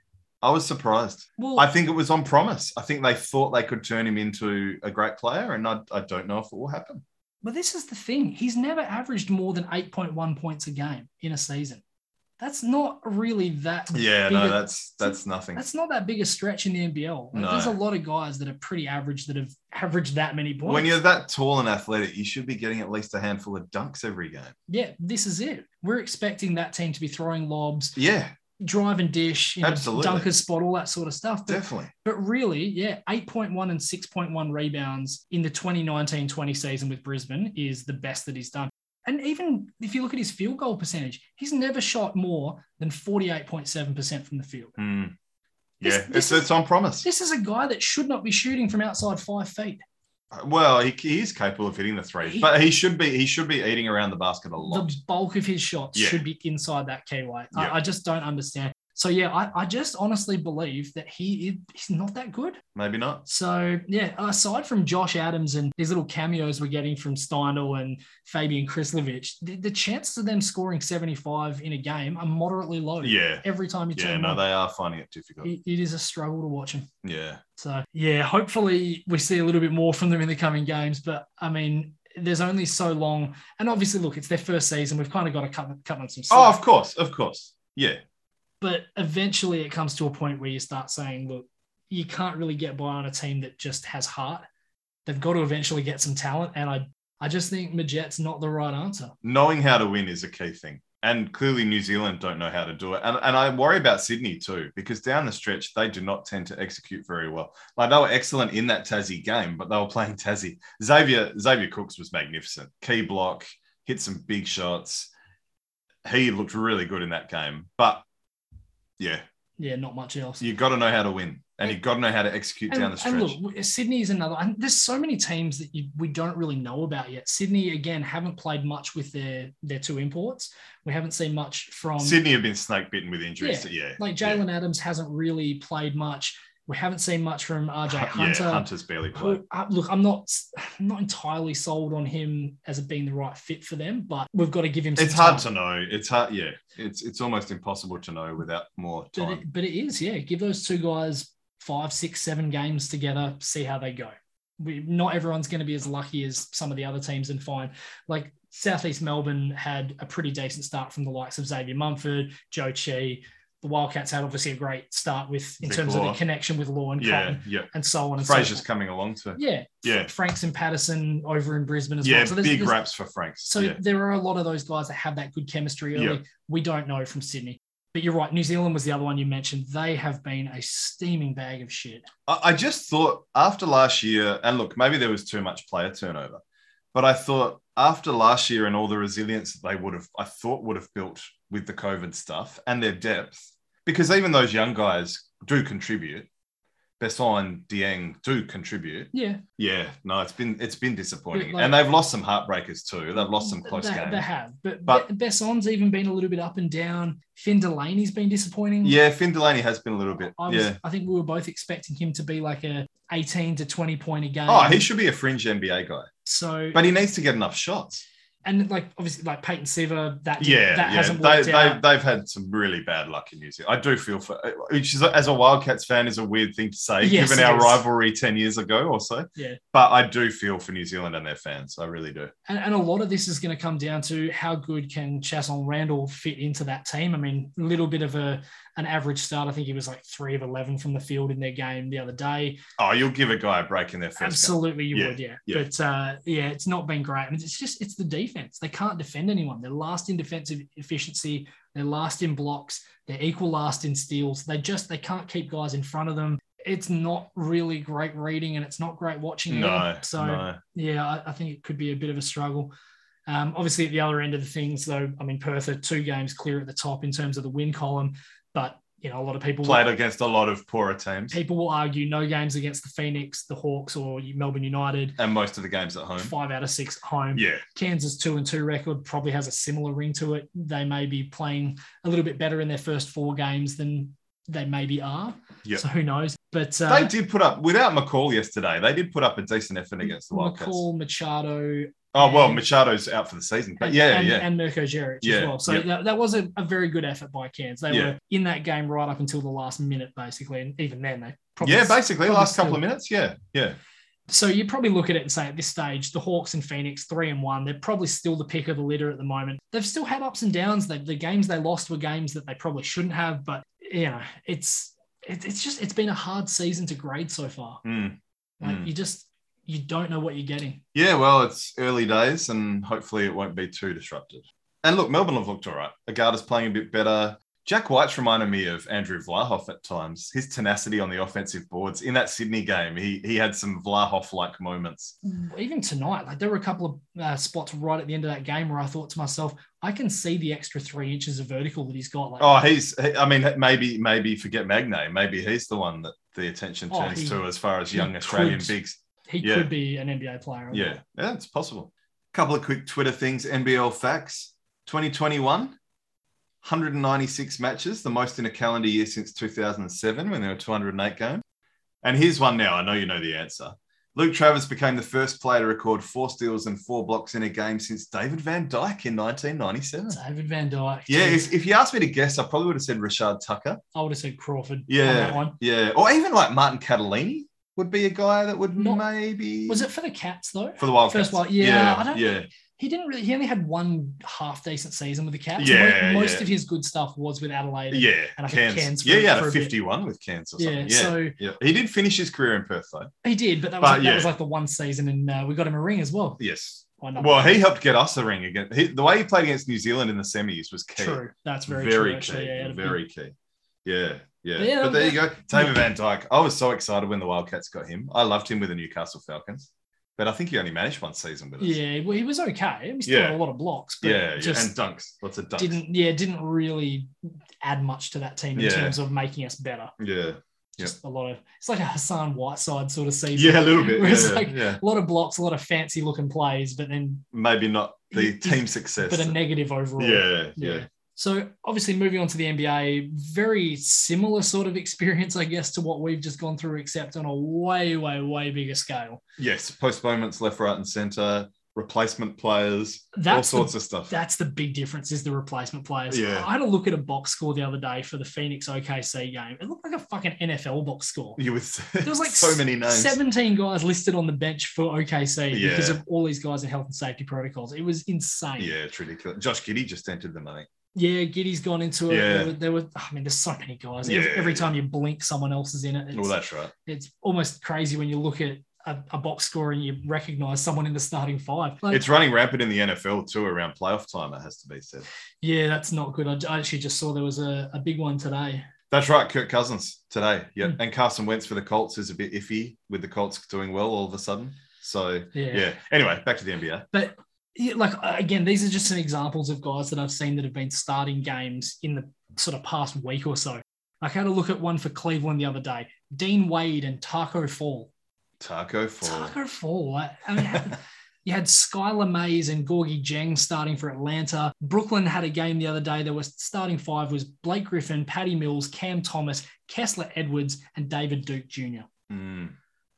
[SPEAKER 2] I was surprised.
[SPEAKER 3] well,
[SPEAKER 2] I think it was on promise. I think they thought they could turn him into a great player, and I, I don't know if it will happen.
[SPEAKER 3] but this is the thing. He's never averaged more than 8.1 points a game in a season. that's not really that.
[SPEAKER 2] Yeah,
[SPEAKER 3] big
[SPEAKER 2] no,
[SPEAKER 3] a-
[SPEAKER 2] that's that's nothing.
[SPEAKER 3] that's not that big a stretch in the NBL. Like,
[SPEAKER 2] No.
[SPEAKER 3] There's a lot of guys that are pretty average that have averaged that many points.
[SPEAKER 2] When you're that tall and athletic, you should be getting at least a handful of dunks every game.
[SPEAKER 3] yeah, this is it. We're expecting that team to be throwing lobs,
[SPEAKER 2] Yeah,
[SPEAKER 3] drive and dish, you know,
[SPEAKER 2] Absolutely.
[SPEAKER 3] dunker spot, all that sort of stuff. But,
[SPEAKER 2] definitely.
[SPEAKER 3] but really, yeah, 8.1 and 6.1 rebounds in the 2019 20 season with Brisbane is the best that he's done. And even if you look at his field goal percentage, he's never shot more than 48.7% from the field.
[SPEAKER 2] Hmm.
[SPEAKER 3] This-
[SPEAKER 2] Yeah,
[SPEAKER 3] this
[SPEAKER 2] it's,
[SPEAKER 3] is-
[SPEAKER 2] it's on promise.
[SPEAKER 3] This is a guy that should not be shooting from outside five feet.
[SPEAKER 2] Well, he, he is capable of hitting the three,
[SPEAKER 3] He-
[SPEAKER 2] but he should be he should be eating around the basket a lot.
[SPEAKER 3] the bulk of his shots
[SPEAKER 2] Yeah.
[SPEAKER 3] should be inside that KY.
[SPEAKER 2] Yeah.
[SPEAKER 3] I, I just don't understand. So yeah, I, I just honestly believe that he is he's not that good.
[SPEAKER 2] Maybe not.
[SPEAKER 3] So yeah, aside from Josh Adams and these little cameos we're getting from Steindl and Fabian Krislovich, the, the chances of them scoring 75 in a game are moderately low.
[SPEAKER 2] Yeah,
[SPEAKER 3] Every time you
[SPEAKER 2] yeah.
[SPEAKER 3] turn
[SPEAKER 2] No,
[SPEAKER 3] on,
[SPEAKER 2] they are finding it difficult.
[SPEAKER 3] it, it is a struggle to watch him.
[SPEAKER 2] Yeah,
[SPEAKER 3] So yeah, hopefully we see a little bit more from them in the coming games. But I mean, there's only so long, and obviously, look, it's their first season. We've kind of got to cut, cut them some
[SPEAKER 2] Oh,
[SPEAKER 3] slack.
[SPEAKER 2] of course, of course. Yeah,
[SPEAKER 3] But eventually, it comes to a point where you start saying, look, you can't really get by on a team that just has heart. They've got to eventually get some talent, and I, I just think Majet's not the right answer.
[SPEAKER 2] knowing how to win is a key thing, and clearly New Zealand don't know how to do it. And and I worry about Sydney too because down the stretch they do not tend to execute very well. Like they were excellent in that Tassie game, but they were playing Tassie. Xavier Xavier Cooks was magnificent. Key block, hit some big shots. He looked really good in that game, but yeah,
[SPEAKER 3] Yeah, not much else.
[SPEAKER 2] you got to know how to win, and you got to know how to execute
[SPEAKER 3] And,
[SPEAKER 2] down the stretch.
[SPEAKER 3] and look, Sydney is another. And there's so many teams that you, we don't really know about yet. Sydney again haven't played much with their their two imports. We haven't seen much from
[SPEAKER 2] Sydney have been snake bitten with injuries. Yeah,
[SPEAKER 3] like
[SPEAKER 2] yeah.
[SPEAKER 3] Jalen Adams hasn't really played much. We haven't seen much from RJ Hunter.
[SPEAKER 2] (laughs) Yeah, Hunter's barely played.
[SPEAKER 3] Who- uh, look, I'm not I'm not entirely sold on him as it being the right fit for them, but we've got to give him. Some
[SPEAKER 2] It's hard
[SPEAKER 3] time.
[SPEAKER 2] to know. It's hard. Yeah, it's it's almost impossible to know without more
[SPEAKER 3] But
[SPEAKER 2] time.
[SPEAKER 3] it, but it is, yeah. Give those two guys five, six, seven games together, see how they go. We, not everyone's going to be as lucky as some of the other teams and find like Southeast Melbourne had a pretty decent start from the likes of Xavier Mumford, Joe Chi. The Wildcats had obviously a great start with in
[SPEAKER 2] Vic
[SPEAKER 3] terms of
[SPEAKER 2] Law.
[SPEAKER 3] the connection with Law and
[SPEAKER 2] yeah,
[SPEAKER 3] Cotton
[SPEAKER 2] yeah.
[SPEAKER 3] and so on and
[SPEAKER 2] Frazier's
[SPEAKER 3] so
[SPEAKER 2] coming along too.
[SPEAKER 3] forth. Yeah.
[SPEAKER 2] Yeah.
[SPEAKER 3] Franks and Patterson over in Brisbane as
[SPEAKER 2] Yeah,
[SPEAKER 3] well. So there's-
[SPEAKER 2] big
[SPEAKER 3] there's-
[SPEAKER 2] raps for Franks.
[SPEAKER 3] so
[SPEAKER 2] yeah.
[SPEAKER 3] there are a lot of those guys that have that good chemistry early.
[SPEAKER 2] Yeah.
[SPEAKER 3] We don't know from Sydney. But you're right. New Zealand was the other one you mentioned. They have been a steaming bag of shit.
[SPEAKER 2] I, I just thought after last year, and look, maybe there was too much player turnover, but I thought after last year and all the resilience that they would have, I thought would have built with the COVID stuff and their depth, because even those young guys do contribute. Besson and Dieng do contribute.
[SPEAKER 3] Yeah.
[SPEAKER 2] Yeah, no, it's been it's been disappointing,
[SPEAKER 3] Like-
[SPEAKER 2] and they've lost some heartbreakers too. They've lost some close
[SPEAKER 3] they,
[SPEAKER 2] games.
[SPEAKER 3] they have. But,
[SPEAKER 2] But-
[SPEAKER 3] Be- Besson's even been a little bit up and down. Finn Delaney's been disappointing.
[SPEAKER 2] Yeah, Finn Delaney has been a little bit.
[SPEAKER 3] I, was,
[SPEAKER 2] yeah.
[SPEAKER 3] I think we were both expecting him to be like a 18 to 20 point a game.
[SPEAKER 2] Oh, he should be a fringe NBA guy,
[SPEAKER 3] so
[SPEAKER 2] but he needs to get enough shots.
[SPEAKER 3] and like obviously like Peyton Siver that did-
[SPEAKER 2] Yeah,
[SPEAKER 3] that
[SPEAKER 2] yeah.
[SPEAKER 3] hasn't
[SPEAKER 2] they,
[SPEAKER 3] worked out.
[SPEAKER 2] they, they've had some really bad luck in New Zealand. I do feel for, which is as a Wildcats fan is a weird thing to say,
[SPEAKER 3] Yes,
[SPEAKER 2] given
[SPEAKER 3] it
[SPEAKER 2] our
[SPEAKER 3] is.
[SPEAKER 2] rivalry ten years ago or so.
[SPEAKER 3] Yeah.
[SPEAKER 2] But I do feel for New Zealand and their fans. I really do.
[SPEAKER 3] And, and a lot of this is going to come down to how good can Chasson Randall fit into that team. I mean, a little bit of a an average start. I think he was like three of eleven from the field in their game the other day.
[SPEAKER 2] Oh, you'll give a guy a break in their first. game.
[SPEAKER 3] Absolutely, you
[SPEAKER 2] Yeah,
[SPEAKER 3] would, yeah.
[SPEAKER 2] yeah.
[SPEAKER 3] But uh, yeah, it's not been great. And it's just it's the defense. They can't defend anyone. They're last in defensive efficiency. They're last in blocks. They're equal last in steals. They just they can't keep guys in front of them. It's not really great reading, and it's not great watching.
[SPEAKER 2] No,
[SPEAKER 3] either. so
[SPEAKER 2] no.
[SPEAKER 3] yeah, I, I think it could be a bit of a struggle. Um, obviously, at the other end of the things, though, I mean, Perth are two games clear at the top in terms of the win column, but you know, a lot of people
[SPEAKER 2] Played against a lot of poorer teams,
[SPEAKER 3] people will argue no games against the Phoenix, the Hawks, or Melbourne United.
[SPEAKER 2] and most of the games at home.
[SPEAKER 3] Five out of six at home.
[SPEAKER 2] Yeah,
[SPEAKER 3] Kansas two and two record probably has a similar ring to it. They may be playing a little bit better in their first four games than they maybe are.
[SPEAKER 2] Yep.
[SPEAKER 3] So who knows? But uh,
[SPEAKER 2] they did put up without McCall yesterday. They did put up a decent effort against the Wildcats.
[SPEAKER 3] McCall, Machado,
[SPEAKER 2] Oh well,
[SPEAKER 3] and-
[SPEAKER 2] Machado's out for the season, but
[SPEAKER 3] and,
[SPEAKER 2] yeah,
[SPEAKER 3] and,
[SPEAKER 2] yeah,
[SPEAKER 3] and Mirko Jeric as
[SPEAKER 2] Yeah,
[SPEAKER 3] well. So
[SPEAKER 2] yeah.
[SPEAKER 3] that, that was a, a very good effort by Cairns. They
[SPEAKER 2] Yeah.
[SPEAKER 3] were in that game right up until the last minute, basically, and even then they probably
[SPEAKER 2] yeah. Basically,
[SPEAKER 3] probably
[SPEAKER 2] last couple
[SPEAKER 3] still-
[SPEAKER 2] of minutes, yeah, yeah.
[SPEAKER 3] So you probably look at it and say at this stage, the Hawks and Phoenix, three and one, they're probably still the pick of the litter at the moment. They've still had ups and downs. They, the games they lost were games that they probably shouldn't have, but you know, it's it, it's just it's been a hard season to grade so far.
[SPEAKER 2] Mm,
[SPEAKER 3] Like
[SPEAKER 2] mm.
[SPEAKER 3] you just you don't know what you're getting.
[SPEAKER 2] Yeah, well, it's early days and hopefully it won't be too disrupted. And look, Melbourne have looked all right. Agata's playing a bit better. Jack White's reminded me of Andrew Vlahoff at times. His tenacity on the offensive boards in that Sydney game, he, he had some Vlahoff like moments.
[SPEAKER 3] Even tonight, like there were a couple of uh, spots right at the end of that game where I thought to myself, I can see the extra three inches of vertical that he's got. Like,
[SPEAKER 2] Oh, he's, he- I mean, maybe, maybe forget Magne. Maybe he's the one that the attention
[SPEAKER 3] Oh,
[SPEAKER 2] turns
[SPEAKER 3] he-
[SPEAKER 2] to as far as
[SPEAKER 3] he
[SPEAKER 2] young Australian
[SPEAKER 3] could.
[SPEAKER 2] bigs.
[SPEAKER 3] he
[SPEAKER 2] yeah.
[SPEAKER 3] could be an NBA player.
[SPEAKER 2] Yeah, yeah, it's possible. couple of quick Twitter things. NBL facts 2021, 196 matches, the most in a calendar year since 2007 when there were 208 games. And here's one now. I know you know the answer. Luke Travers became the first player to record four steals and four blocks in a game since David Van Dyke in 1997.
[SPEAKER 3] David Van Dyke.
[SPEAKER 2] Yeah,
[SPEAKER 3] geez,
[SPEAKER 2] if, if you asked me to guess, I probably would have said Rashad Tucker.
[SPEAKER 3] I would have said Crawford. on
[SPEAKER 2] Yeah.
[SPEAKER 3] that one.
[SPEAKER 2] Yeah. Or even like Martin Catalini would be a guy that would
[SPEAKER 3] Not-
[SPEAKER 2] maybe.
[SPEAKER 3] Was it for the Cats though?
[SPEAKER 2] for the Wildcats?
[SPEAKER 3] First one, yeah, I don't
[SPEAKER 2] yeah.
[SPEAKER 3] he didn't really. He only had one half decent season with the Cats.
[SPEAKER 2] Yeah,
[SPEAKER 3] Mo- most
[SPEAKER 2] yeah.
[SPEAKER 3] of his good stuff was with Adelaide.
[SPEAKER 2] Yeah,
[SPEAKER 3] and I think
[SPEAKER 2] Cairns.
[SPEAKER 3] Cairns for-
[SPEAKER 2] yeah, he had
[SPEAKER 3] for
[SPEAKER 2] a
[SPEAKER 3] a bit.
[SPEAKER 2] 51 with Cairns or
[SPEAKER 3] Yeah,
[SPEAKER 2] something. Yeah.
[SPEAKER 3] so
[SPEAKER 2] yeah, he did finish his career in Perth though.
[SPEAKER 3] he did, but that was
[SPEAKER 2] But,
[SPEAKER 3] that
[SPEAKER 2] yeah.
[SPEAKER 3] was like the one season, and uh, we got him a ring as well.
[SPEAKER 2] Yes.
[SPEAKER 3] Why not?
[SPEAKER 2] Well, he helped get us a ring again. He, the way he played against New Zealand in the semis was key.
[SPEAKER 3] true. That's very, true.
[SPEAKER 2] key.
[SPEAKER 3] Actually, yeah, he had a big-
[SPEAKER 2] very key. Yeah, yeah.
[SPEAKER 3] Yeah,
[SPEAKER 2] but there
[SPEAKER 3] that-
[SPEAKER 2] you go, David Van Dyke. I was so excited when the Wildcats got him. I loved him with the Newcastle Falcons, but I think he only managed one season with us.
[SPEAKER 3] yeah, well, he was okay. He still
[SPEAKER 2] Yeah.
[SPEAKER 3] had a lot of blocks, but
[SPEAKER 2] yeah, yeah.
[SPEAKER 3] just
[SPEAKER 2] and dunks. Lots of dunks.
[SPEAKER 3] didn't. Yeah, didn't really add much to that team in
[SPEAKER 2] Yeah.
[SPEAKER 3] terms of making us better.
[SPEAKER 2] Yeah, Yep.
[SPEAKER 3] Just a lot of. It's like a Hassan Whiteside sort of season.
[SPEAKER 2] yeah, a little (laughs) bit.
[SPEAKER 3] (laughs) Where it's
[SPEAKER 2] Yeah,
[SPEAKER 3] like-
[SPEAKER 2] yeah.
[SPEAKER 3] A lot of blocks, a lot of fancy looking plays, but then
[SPEAKER 2] maybe not the
[SPEAKER 3] He-
[SPEAKER 2] team success.
[SPEAKER 3] but a negative overall.
[SPEAKER 2] yeah, yeah,
[SPEAKER 3] Yeah. So obviously moving on to the NBA, very similar sort of experience, I guess, to what we've just gone through, except on a way, way, way bigger scale.
[SPEAKER 2] Yes, postponements left, right, and centre, replacement players, all
[SPEAKER 3] That's
[SPEAKER 2] sorts
[SPEAKER 3] the,
[SPEAKER 2] of stuff.
[SPEAKER 3] that's the big difference is the replacement players.
[SPEAKER 2] Yeah.
[SPEAKER 3] I had a look at a box score the other day for the Phoenix OKC game. It looked like a fucking NFL box score.
[SPEAKER 2] you would there (laughs)
[SPEAKER 3] was, like,
[SPEAKER 2] so many names.
[SPEAKER 3] 17 guys listed on the bench for OKC because
[SPEAKER 2] Yeah.
[SPEAKER 3] of all these guys in health and safety protocols. It was insane.
[SPEAKER 2] Yeah, it's ridiculous. Josh Giddy just entered the money.
[SPEAKER 3] Yeah, Giddy's gone into it.
[SPEAKER 2] Yeah.
[SPEAKER 3] There, were, there were, I mean, there's so many guys.
[SPEAKER 2] Yeah,
[SPEAKER 3] Every
[SPEAKER 2] yeah.
[SPEAKER 3] time you blink, someone else is in it. It's-
[SPEAKER 2] Well, that's right.
[SPEAKER 3] it's almost crazy when you look at a, a box score and you recognize someone in the starting five. Like,
[SPEAKER 2] It's running rampant in the NFL too around playoff time. It has to be said.
[SPEAKER 3] yeah, that's not good. I, I actually just saw there was a, a big one today.
[SPEAKER 2] That's right. Kirk Cousins today. Yeah,
[SPEAKER 3] Hmm.
[SPEAKER 2] and Carson Wentz for the Colts is a bit iffy with the Colts doing well all of a sudden. So
[SPEAKER 3] Yeah.
[SPEAKER 2] yeah. Anyway, back to the NBA.
[SPEAKER 3] But yeah, like, uh, again, these are just some examples of guys that I've seen that have been starting games in the sort of past week or so. Like, I had a look at one for Cleveland the other day Dean Wade and Taco Fall.
[SPEAKER 2] Taco for
[SPEAKER 3] Taco Fall. Like, I mean, You had Skylar Mays and Gorgie Jang starting for Atlanta. Brooklyn had a game the other day. There was starting five was Blake Griffin, Patty Mills, Cam Thomas, Kessler Edwards, and David Duke Jr.
[SPEAKER 2] Mm,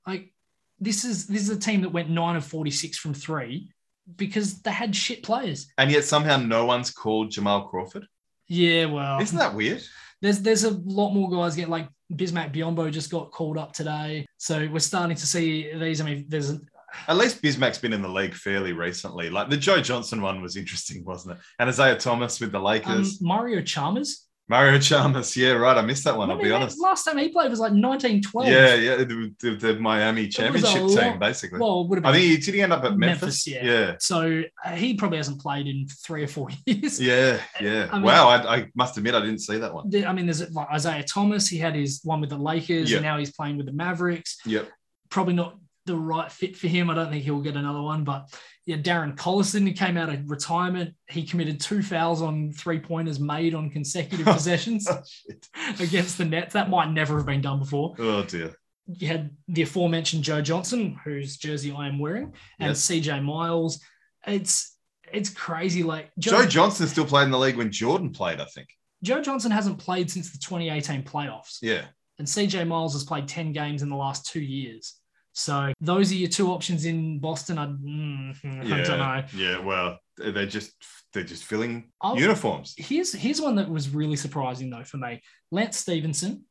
[SPEAKER 3] Like this is this is a team that went nine of forty six from three because they had shit players.
[SPEAKER 2] and yet somehow no one's called Jamal Crawford.
[SPEAKER 3] Yeah, well,
[SPEAKER 2] Isn't that weird?
[SPEAKER 3] there's there's a lot more guys get like Bismack Biombo just got called up today, so we're starting to see these. I mean, there's um,
[SPEAKER 2] At least Bismack's been in the league fairly recently. Like the Joe Johnson one was interesting, wasn't it? And Isaiah Thomas with the
[SPEAKER 3] um,
[SPEAKER 2] Lakers.
[SPEAKER 3] Mario Chalmers.
[SPEAKER 2] Mario Chalmers, yeah, right. I missed that one.
[SPEAKER 3] I
[SPEAKER 2] I'll
[SPEAKER 3] mean,
[SPEAKER 2] be
[SPEAKER 3] that-
[SPEAKER 2] honest.
[SPEAKER 3] Last time he played was like 1912.
[SPEAKER 2] Yeah, yeah, the, the, the Miami championship
[SPEAKER 3] lot-
[SPEAKER 2] team, basically.
[SPEAKER 3] Well, it would have been.
[SPEAKER 2] I think he did he end up at Memphis.
[SPEAKER 3] Memphis, yeah.
[SPEAKER 2] yeah,
[SPEAKER 3] so uh, he probably hasn't played in three or four (laughs) years.
[SPEAKER 2] yeah, yeah.
[SPEAKER 3] I mean-
[SPEAKER 2] wow, I, I must admit I didn't see that one.
[SPEAKER 3] The- I mean, there's like Isaiah Thomas. He had his one with the Lakers,
[SPEAKER 2] Yeah.
[SPEAKER 3] and now he's playing with the Mavericks.
[SPEAKER 2] Yep.
[SPEAKER 3] Probably not the right fit for him. I don't think he'll get another one. But yeah, Darren Collison, he came out of retirement. He committed two fouls on three pointers made
[SPEAKER 2] (laughs)
[SPEAKER 3] on consecutive (laughs) possessions
[SPEAKER 2] Shit.
[SPEAKER 3] against the Nets. That might never have been done before.
[SPEAKER 2] Oh dear.
[SPEAKER 3] you had the aforementioned Joe Johnson, whose jersey I am wearing, and
[SPEAKER 2] Yes.
[SPEAKER 3] CJ Miles. It's it's crazy. Like Joe,
[SPEAKER 2] Joe
[SPEAKER 3] Joe,
[SPEAKER 2] Johnson still played in the league when Jordan played, I think.
[SPEAKER 3] Johnson hasn't played since the 2018 playoffs,
[SPEAKER 2] Yeah,
[SPEAKER 3] and CJ Miles has played 10 games in the last two years. So those are your two options in Boston. I, mm, (laughs) I don't know.
[SPEAKER 2] yeah, yeah. Well, they're just they're just filling
[SPEAKER 3] I'll-
[SPEAKER 2] uniforms.
[SPEAKER 3] Here's here's one that was really surprising though for me. Lance Stevenson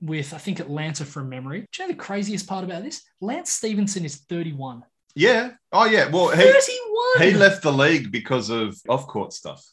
[SPEAKER 3] with I think Atlanta from memory. Do you know the craziest part about this? Lance Stevenson is 31.
[SPEAKER 2] Yeah. Oh, yeah. Well, he,
[SPEAKER 3] 31.
[SPEAKER 2] he left the league because of off court stuff.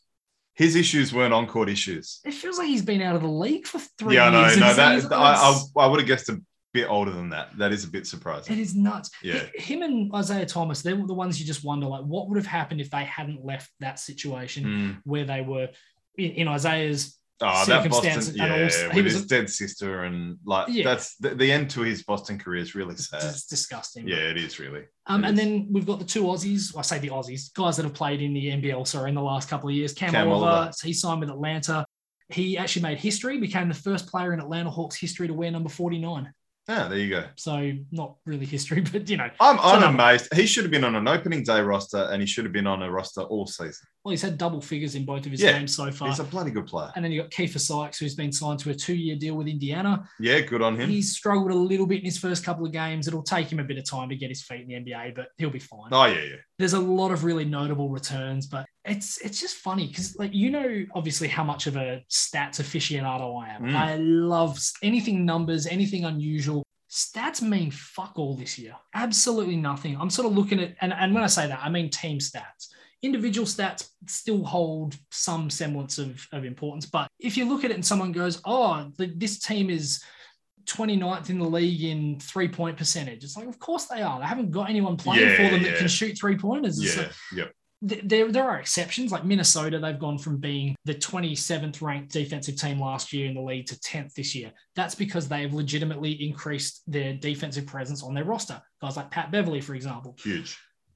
[SPEAKER 2] His issues weren't on court issues.
[SPEAKER 3] It feels like he's been out of the league for three
[SPEAKER 2] yeah,
[SPEAKER 3] years.
[SPEAKER 2] no, no.
[SPEAKER 3] and
[SPEAKER 2] That,
[SPEAKER 3] he's-
[SPEAKER 2] I, I, I would have guessed a bit older than that. That is a bit surprising.
[SPEAKER 3] It is nuts. H-
[SPEAKER 2] Yeah.
[SPEAKER 3] Him and Isaiah Thomas, they were the ones you just wonder, like, what would have happened if they hadn't left that situation
[SPEAKER 2] Mm.
[SPEAKER 3] where they were in, in Isaiah's.
[SPEAKER 2] Oh, that
[SPEAKER 3] Circumstances
[SPEAKER 2] Boston,
[SPEAKER 3] and
[SPEAKER 2] yeah,
[SPEAKER 3] also- he
[SPEAKER 2] with
[SPEAKER 3] was
[SPEAKER 2] his
[SPEAKER 3] a-
[SPEAKER 2] dead sister and like
[SPEAKER 3] Yeah.
[SPEAKER 2] that's the, the end to his Boston career is really sad.
[SPEAKER 3] It's disgusting.
[SPEAKER 2] Uh, Yeah, it is really.
[SPEAKER 3] Um,
[SPEAKER 2] it
[SPEAKER 3] and
[SPEAKER 2] is.
[SPEAKER 3] then we've got the two Aussies. I say the Aussies, guys that have played in the NBL, sorry, in the last couple of years. Cam,
[SPEAKER 2] Cam
[SPEAKER 3] Oliver,
[SPEAKER 2] Oliver.
[SPEAKER 3] he signed with Atlanta. He actually made history, became the first player in Atlanta Hawks history to wear number 49.
[SPEAKER 2] Yeah, Ah, there you go.
[SPEAKER 3] So not really history, (laughs) but you know,
[SPEAKER 2] I'm, I'm
[SPEAKER 3] no-
[SPEAKER 2] amazed. He should have been on an opening day roster and he should have been on a roster all season.
[SPEAKER 3] well, he's had double figures in both of his
[SPEAKER 2] Yeah,
[SPEAKER 3] games so far.
[SPEAKER 2] He's a bloody good player.
[SPEAKER 3] and then you got Kiefer Sykes, who's been signed to a two-year deal with Indiana.
[SPEAKER 2] Yeah, good on him.
[SPEAKER 3] He's struggled a little bit in his first couple of games. It'll take him a bit of time to get his feet in the NBA, but he'll be fine.
[SPEAKER 2] Oh, yeah, yeah.
[SPEAKER 3] there's a lot of really notable returns, but it's it's just funny because like you know obviously how much of a stats aficionado I am.
[SPEAKER 2] Mm.
[SPEAKER 3] I love s- anything numbers, anything unusual. Stats mean fuck all this year. Absolutely nothing. I'm sort of looking at and, and when I say that, I mean team stats. Individual stats still hold some semblance of, of importance. But if you look at it and someone goes, oh, th- this team is 29th in the league in three point percentage, it's like, of course they are. They haven't got anyone playing
[SPEAKER 2] Yeah,
[SPEAKER 3] for them that
[SPEAKER 2] yeah.
[SPEAKER 3] can shoot three pointers.
[SPEAKER 2] Yeah, yep.
[SPEAKER 3] Th- there, there are exceptions like Minnesota. They've gone from being the 27th ranked defensive team last year in the league to 10th this year. That's because they have legitimately increased their defensive presence on their roster. Guys like Pat Beverly, for example.
[SPEAKER 2] Huge.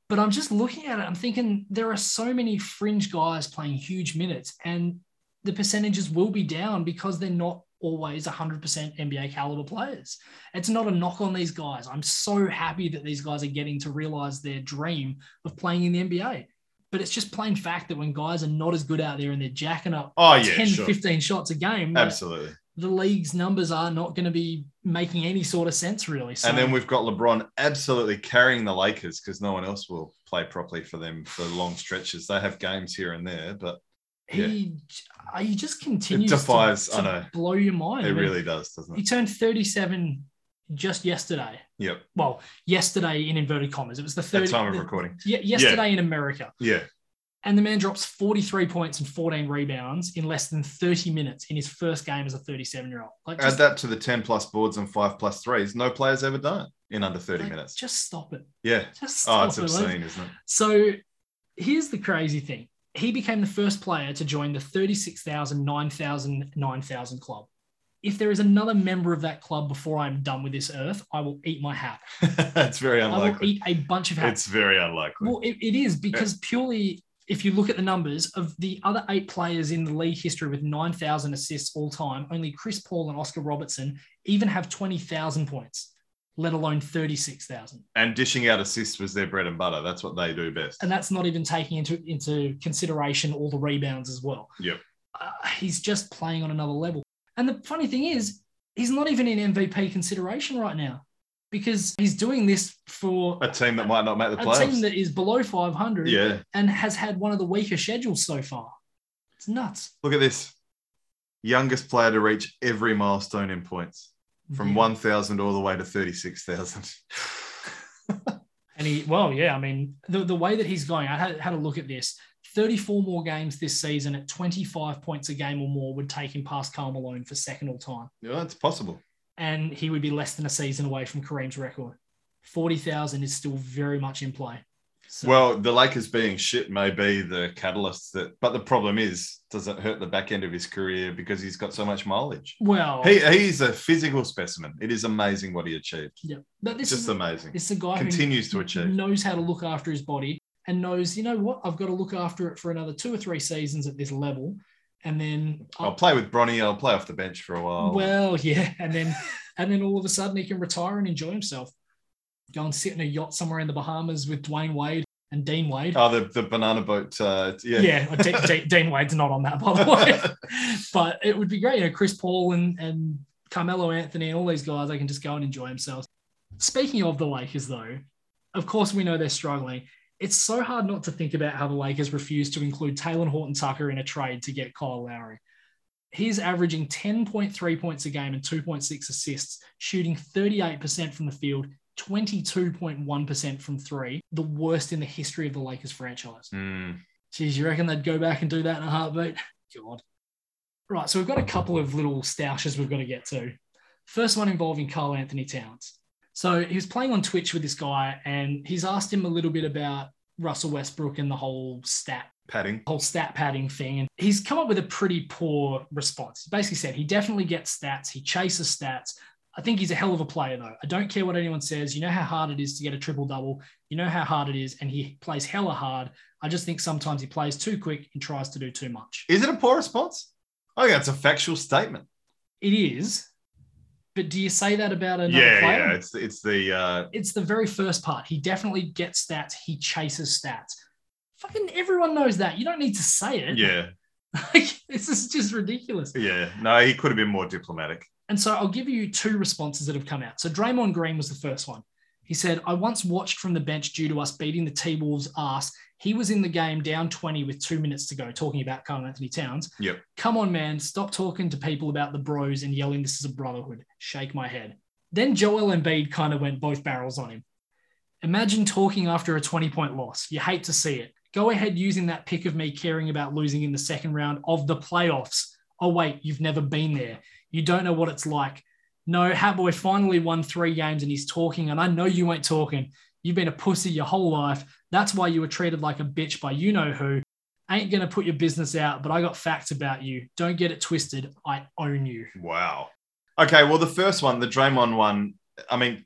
[SPEAKER 3] But I'm just looking at it. I'm thinking there are so many fringe guys playing huge minutes, and the percentages will be down because they're not always 100% NBA caliber players. It's not a knock on these guys. I'm so happy that these guys are getting to realize their dream of playing in the NBA. But it's just plain fact that when guys are not as good out there and they're jacking up
[SPEAKER 2] Oh, yeah,
[SPEAKER 3] 10,
[SPEAKER 2] sure.
[SPEAKER 3] 15 shots a game, like,
[SPEAKER 2] Absolutely.
[SPEAKER 3] the league's numbers are not going to be making any sort of sense, really. So
[SPEAKER 2] And then we've got LeBron absolutely carrying the Lakers because no one else will play properly for them for long stretches. They have games here and there, but
[SPEAKER 3] he, uh, he just continues
[SPEAKER 2] defies-
[SPEAKER 3] to,
[SPEAKER 2] I
[SPEAKER 3] to
[SPEAKER 2] know.
[SPEAKER 3] blow your mind.
[SPEAKER 2] it
[SPEAKER 3] I mean,
[SPEAKER 2] really does, doesn't
[SPEAKER 3] He
[SPEAKER 2] it?
[SPEAKER 3] turned 37 just yesterday.
[SPEAKER 2] Yep.
[SPEAKER 3] Well, yesterday in inverted commas. It was the
[SPEAKER 2] At
[SPEAKER 3] third
[SPEAKER 2] time of recording.
[SPEAKER 3] yesterday in America.
[SPEAKER 2] Yeah.
[SPEAKER 3] And the man drops 43 points and 14 rebounds in less than 30 minutes in his first game as a 37 year old. Like,
[SPEAKER 2] Add
[SPEAKER 3] just,
[SPEAKER 2] that to the 10 plus boards and five plus threes. No player's ever done it in under 30
[SPEAKER 3] like,
[SPEAKER 2] minutes.
[SPEAKER 3] just stop it.
[SPEAKER 2] Yeah.
[SPEAKER 3] Just
[SPEAKER 2] Oh,
[SPEAKER 3] stop
[SPEAKER 2] it's
[SPEAKER 3] it. Like,
[SPEAKER 2] obscene, isn't it? (laughs)
[SPEAKER 3] So here's the crazy thing. He became the first player to join the 36,000, 9,000, 9,000 club. If there is another member of that club before I'm done with this earth, I will eat my hat.
[SPEAKER 2] it's very
[SPEAKER 3] I will
[SPEAKER 2] unlikely.
[SPEAKER 3] eat a bunch of hats.
[SPEAKER 2] It's very unlikely.
[SPEAKER 3] Well, it, it is because purely if you look at the numbers of the other eight players in the league history with 9,000 assists all time, only Chris Paul and Oscar Robertson even have 20,000 points, let alone 36,000.
[SPEAKER 2] and dishing out assists was their bread and butter. That's what they do best.
[SPEAKER 3] And that's not even taking into, into consideration all the rebounds as well.
[SPEAKER 2] Yep.
[SPEAKER 3] Uh, he's just playing on another level. And the funny thing is, he's not even in MVP consideration right now because he's doing this for
[SPEAKER 2] A team that might not make the
[SPEAKER 3] a team
[SPEAKER 2] playoffs.
[SPEAKER 3] that is below 500.
[SPEAKER 2] yeah.
[SPEAKER 3] and has had one of the weaker schedules so far. It's nuts.
[SPEAKER 2] Look at this. Youngest player to reach every milestone in points from
[SPEAKER 3] Yeah.
[SPEAKER 2] 1,000 all the way to
[SPEAKER 3] (laughs)
[SPEAKER 2] 36,000.
[SPEAKER 3] And he, well, yeah, I mean, the, the way that he's going, I had, had a look at this 34 more games this season at 25 points a game or more would take him past Carl Malone for second all time.
[SPEAKER 2] yeah, it's possible.
[SPEAKER 3] And he would be less than a season away from Kareem's record. 40,000 is still very much in play. So,
[SPEAKER 2] Well, the Lakers being shit may be the catalyst that, but the problem is, does it hurt the back end of his career because he's got so much mileage?
[SPEAKER 3] well,
[SPEAKER 2] He, he's a physical specimen. It is amazing what he achieved.
[SPEAKER 3] yeah, but
[SPEAKER 2] It's
[SPEAKER 3] this
[SPEAKER 2] just
[SPEAKER 3] is,
[SPEAKER 2] amazing.
[SPEAKER 3] this is a guy who
[SPEAKER 2] Continues to achieve.
[SPEAKER 3] knows how to look after his body and knows, you know what, I've got to look after it for another two or three seasons at this level. And then
[SPEAKER 2] I'll play with Bronny. I'll play off the bench for a while.
[SPEAKER 3] well, yeah. And then (laughs) and then all of a sudden he can retire and enjoy himself. Go and sit in a yacht somewhere in the Bahamas with Dwayne Wade and Dean Wade.
[SPEAKER 2] oh, the, the banana boat. Uh, yeah.
[SPEAKER 3] yeah, D- D- Dean Wade's not on that, by the way. (laughs) but it would be great. You know, Chris Paul and, and Carmelo Anthony and all these guys, they can just go and enjoy themselves. Speaking of the Lakers, though, of course, we know they're struggling. It's so hard not to think about how the Lakers refused to include Taylor Horton Tucker in a trade to get Kyle Lowry. He's averaging 10.3 points a game and 2.6 assists, shooting 38% from the field, 22.1% from three, the worst in the history of the Lakers franchise.
[SPEAKER 2] Mm,
[SPEAKER 3] Geez, you reckon they'd go back and do that in a heartbeat? God. Right, so we've got a couple of little stoushes we've got to get to. First one involving Carl Anthony Towns. So he was playing on Twitch with this guy, and he's asked him a little bit about Russell Westbrook and the whole stat
[SPEAKER 2] padding.
[SPEAKER 3] whole stat padding thing. And he's come up with a pretty poor response. He basically said he definitely gets stats, he chases stats. I think he's a hell of a player, though. I don't care what anyone says. You know how hard it is to get a triple double. You know how hard it is, and he plays hella hard. I just think sometimes he plays too quick and tries to do too much.
[SPEAKER 2] Is it a poor response? I think that's a factual statement.
[SPEAKER 3] It is, but do you say that about another
[SPEAKER 2] yeah,
[SPEAKER 3] player?
[SPEAKER 2] yeah. It's it's the uh,
[SPEAKER 3] it's the very first part. He definitely gets stats. He chases stats. Fucking everyone knows that. You don't need to say it.
[SPEAKER 2] yeah,
[SPEAKER 3] (laughs) Like, this is just ridiculous.
[SPEAKER 2] yeah. No, he could have been more diplomatic.
[SPEAKER 3] And so I'll give you two responses that have come out. So Draymond Green was the first one. He said, I once watched from the bench due to us beating the T Wolves' ass. He was in the game down 20 with two minutes to go, talking about Carl Anthony Towns.
[SPEAKER 2] Yep.
[SPEAKER 3] Come on, man. Stop talking to people about the bros and yelling, This is a brotherhood. Shake my head. Then Joel Embiid kind of went both barrels on him. Imagine talking after a 20 point loss. You hate to see it. Go ahead using that pick of me caring about losing in the second round of the playoffs. Oh, wait, you've never been there. You don't know what it's like. No, Hatboy finally won three games and he's talking, and I know you ain't talking. You've been a pussy your whole life. That's why you were treated like a bitch by you know who. Ain't gonna put your business out, but I got facts about you. Don't get it twisted. I own you.
[SPEAKER 2] Wow. Okay. Well, the first one, the Draymond one. I mean,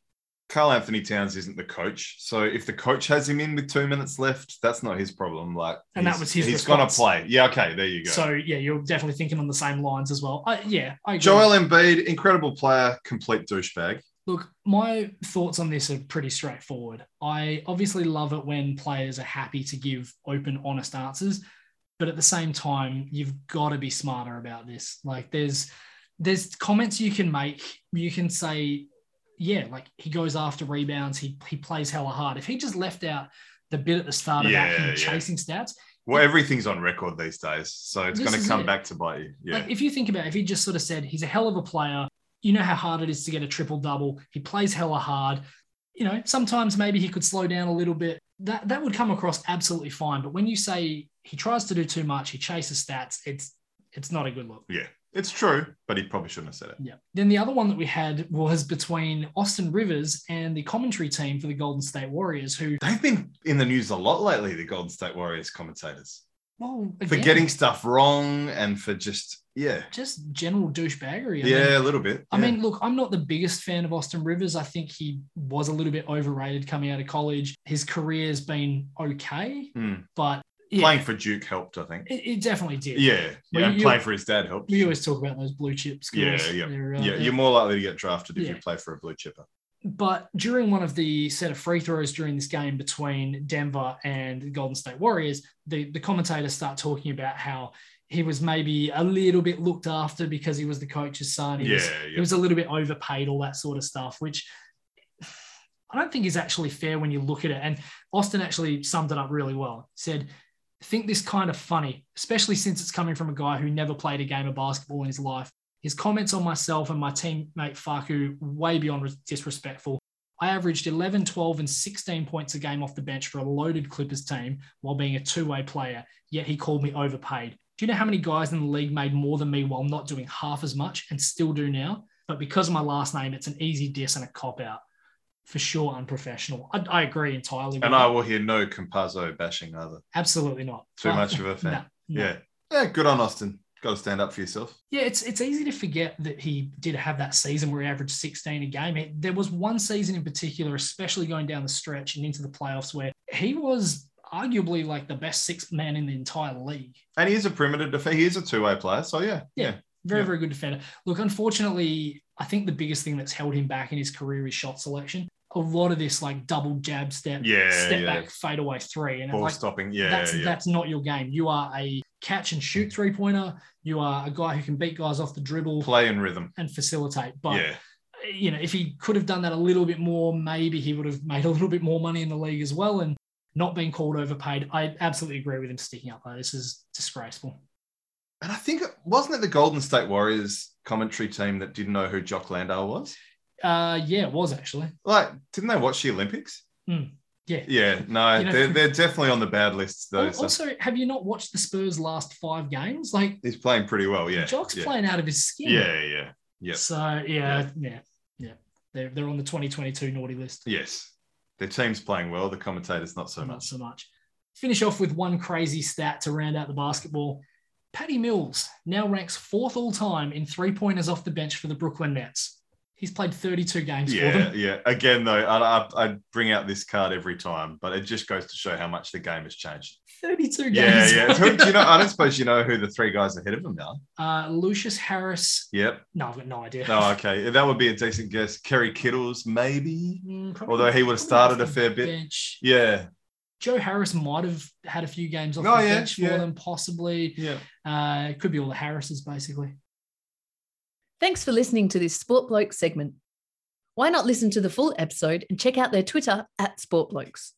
[SPEAKER 2] Carl Anthony Towns isn't the coach, so if the coach has him in with two minutes left, that's not his problem. Like,
[SPEAKER 3] And that
[SPEAKER 2] he's-
[SPEAKER 3] was his
[SPEAKER 2] He's gonna
[SPEAKER 3] response.
[SPEAKER 2] play. Yeah. Okay. There you go.
[SPEAKER 3] So yeah, you're definitely thinking on the same lines as well. I, yeah, I agree.
[SPEAKER 2] Joel Embiid, incredible player, complete douchebag.
[SPEAKER 3] Look, my thoughts on this are pretty straightforward. I obviously love it when players are happy to give open, honest answers, but at the same time, you've got to be smarter about this. Like there's there's comments you can make. You can say, yeah, like he goes after rebounds, he he plays hella hard. If he just left out the bit at the start about
[SPEAKER 2] Yeah,
[SPEAKER 3] him
[SPEAKER 2] yeah.
[SPEAKER 3] chasing stats,
[SPEAKER 2] Well, everything's on record these days, so it's
[SPEAKER 3] This
[SPEAKER 2] going
[SPEAKER 3] is
[SPEAKER 2] to come
[SPEAKER 3] it.
[SPEAKER 2] back to bite you. Yeah.
[SPEAKER 3] Like if you think about it, if he just sort of said he's a hell of a player, you know how hard it is to get a triple double. He plays hella hard. You know, sometimes maybe he could slow down a little bit. That that would come across absolutely fine. But when you say he tries to do too much, he chases stats, it's it's not a good look.
[SPEAKER 2] It's true, but he probably shouldn't have said it.
[SPEAKER 3] Yeah. Then the other one that we had was between Austin Rivers and the commentary team for the Golden State Warriors, who
[SPEAKER 2] They've been in the news a lot lately, the Golden State Warriors commentators,
[SPEAKER 3] well again,
[SPEAKER 2] for getting stuff wrong and for just, yeah.
[SPEAKER 3] just general douchebaggery. I mean,
[SPEAKER 2] Yeah, a little bit.
[SPEAKER 3] I
[SPEAKER 2] Yeah.
[SPEAKER 3] mean, look, I'm not the biggest fan of Austin Rivers. I think he was a little bit overrated coming out of college. His career's been okay,
[SPEAKER 2] Mm.
[SPEAKER 3] but yeah,
[SPEAKER 2] playing for Duke helped, I think.
[SPEAKER 3] it, it definitely did.
[SPEAKER 2] Yeah.
[SPEAKER 3] Well,
[SPEAKER 2] yeah and
[SPEAKER 3] you-
[SPEAKER 2] playing for his dad helped.
[SPEAKER 3] We always talk about those blue chip schools.
[SPEAKER 2] Yeah, yeah.
[SPEAKER 3] They're, uh,
[SPEAKER 2] yeah,
[SPEAKER 3] they're-
[SPEAKER 2] you're more likely to get drafted if
[SPEAKER 3] Yeah.
[SPEAKER 2] you play for a blue chipper.
[SPEAKER 3] But during one of the set of free throws during this game between Denver and the Golden State Warriors, the, the commentators start talking about how he was maybe a little bit looked after because he was the coach's son. He
[SPEAKER 2] Yeah,
[SPEAKER 3] was He
[SPEAKER 2] yeah.
[SPEAKER 3] was a little bit overpaid, all that sort of stuff, which I don't think is actually fair when you look at it. And Austin actually summed it up really well. He said, think this kind of funny, especially since it's coming from a guy who never played a game of basketball in his life. His comments on myself and my teammate Faku way beyond res- disrespectful. I averaged 11, 12, and 16 points a game off the bench for a loaded Clippers team while being a two-way player, yet he called me overpaid. Do you know how many guys in the league made more than me while not doing half as much and still do now? But because of my last name, it's an easy diss and a cop out. For sure, unprofessional. I, I agree entirely. with
[SPEAKER 2] And I
[SPEAKER 3] that.
[SPEAKER 2] will hear no Compazzo bashing either.
[SPEAKER 3] absolutely not.
[SPEAKER 2] Too
[SPEAKER 3] Uh,
[SPEAKER 2] much of a fan.
[SPEAKER 3] no, no.
[SPEAKER 2] Yeah. Yeah, good on Austin. Got to stand up for yourself.
[SPEAKER 3] Yeah, it's it's easy to forget that he did have that season where he averaged 16 a game. It- there was one season in particular, especially going down the stretch and into the playoffs, where he was arguably like the best sixth man in the entire league.
[SPEAKER 2] And he is a perimeter defender. He is a two-way player. So yeah, yeah.
[SPEAKER 3] Very,
[SPEAKER 2] Yeah.
[SPEAKER 3] very good defender. Look, unfortunately, I think the biggest thing that's held him back in his career is shot selection. A lot of this like double jab step,
[SPEAKER 2] Yeah,
[SPEAKER 3] step
[SPEAKER 2] yeah.
[SPEAKER 3] back, fadeaway three, and
[SPEAKER 2] Ball
[SPEAKER 3] like
[SPEAKER 2] stopping. Yeah,
[SPEAKER 3] that's
[SPEAKER 2] yeah.
[SPEAKER 3] that's not your game. You are a catch and shoot three pointer. You are a guy who can beat guys off the dribble
[SPEAKER 2] Play and rhythm.
[SPEAKER 3] and facilitate. But
[SPEAKER 2] yeah.
[SPEAKER 3] you know, if he could have done that a little bit more, maybe he would have made a little bit more money in the league as well and not been called overpaid. I absolutely agree with him sticking up though. This is disgraceful.
[SPEAKER 2] and I think it- wasn't it the Golden State Warriors commentary team that didn't know who Jock Landau was?
[SPEAKER 3] Uh, yeah, it was actually.
[SPEAKER 2] Like, didn't they watch the Olympics?
[SPEAKER 3] Mm, yeah.
[SPEAKER 2] Yeah. No,
[SPEAKER 3] You know-
[SPEAKER 2] they're, they're definitely on the bad list.
[SPEAKER 3] Al-
[SPEAKER 2] Those
[SPEAKER 3] Also, have you not watched the Spurs' last five games? Like,
[SPEAKER 2] he's playing pretty well. Yeah.
[SPEAKER 3] Jock's
[SPEAKER 2] yeah.
[SPEAKER 3] playing out of his skin.
[SPEAKER 2] Yeah. Yeah. Yep.
[SPEAKER 3] So yeah, yeah, yeah. They're, they're on the 2022 naughty list.
[SPEAKER 2] Yes. Their team's playing well. The commentators not so
[SPEAKER 3] Not
[SPEAKER 2] much.
[SPEAKER 3] so much. Finish off with one crazy stat to round out the basketball. Patty Mills now ranks fourth all time in three pointers off the bench for the Brooklyn Nets. He's played 32 games for
[SPEAKER 2] Yeah,
[SPEAKER 3] them.
[SPEAKER 2] yeah. Again, though, I, I, I bring out this card every time, but it just goes to show how much the game has changed. Yeah,
[SPEAKER 3] 32 games.
[SPEAKER 2] yeah. Who- do you know? I don't suppose you know who the three guys ahead of them are.
[SPEAKER 3] Uh, Lucius Harris.
[SPEAKER 2] Yep.
[SPEAKER 3] No, I've got no idea.
[SPEAKER 2] No, okay. That would be a decent guess. Kerry Kittles, maybe.
[SPEAKER 3] Mm, probably-
[SPEAKER 2] Although he would have
[SPEAKER 3] probably
[SPEAKER 2] started
[SPEAKER 3] off
[SPEAKER 2] a
[SPEAKER 3] the
[SPEAKER 2] fair bit.
[SPEAKER 3] bench.
[SPEAKER 2] Yeah,
[SPEAKER 3] Joe Harris might have had a few games off
[SPEAKER 2] Oh,
[SPEAKER 3] the
[SPEAKER 2] yeah,
[SPEAKER 3] bench for
[SPEAKER 2] yeah.
[SPEAKER 3] them, possibly.
[SPEAKER 2] yeah.
[SPEAKER 3] Uh, it could be all the Harrises, basically.
[SPEAKER 1] Thanks for listening to this Sport Bloke segment. Why not listen to the full episode and check out their Twitter at Sport Blokes?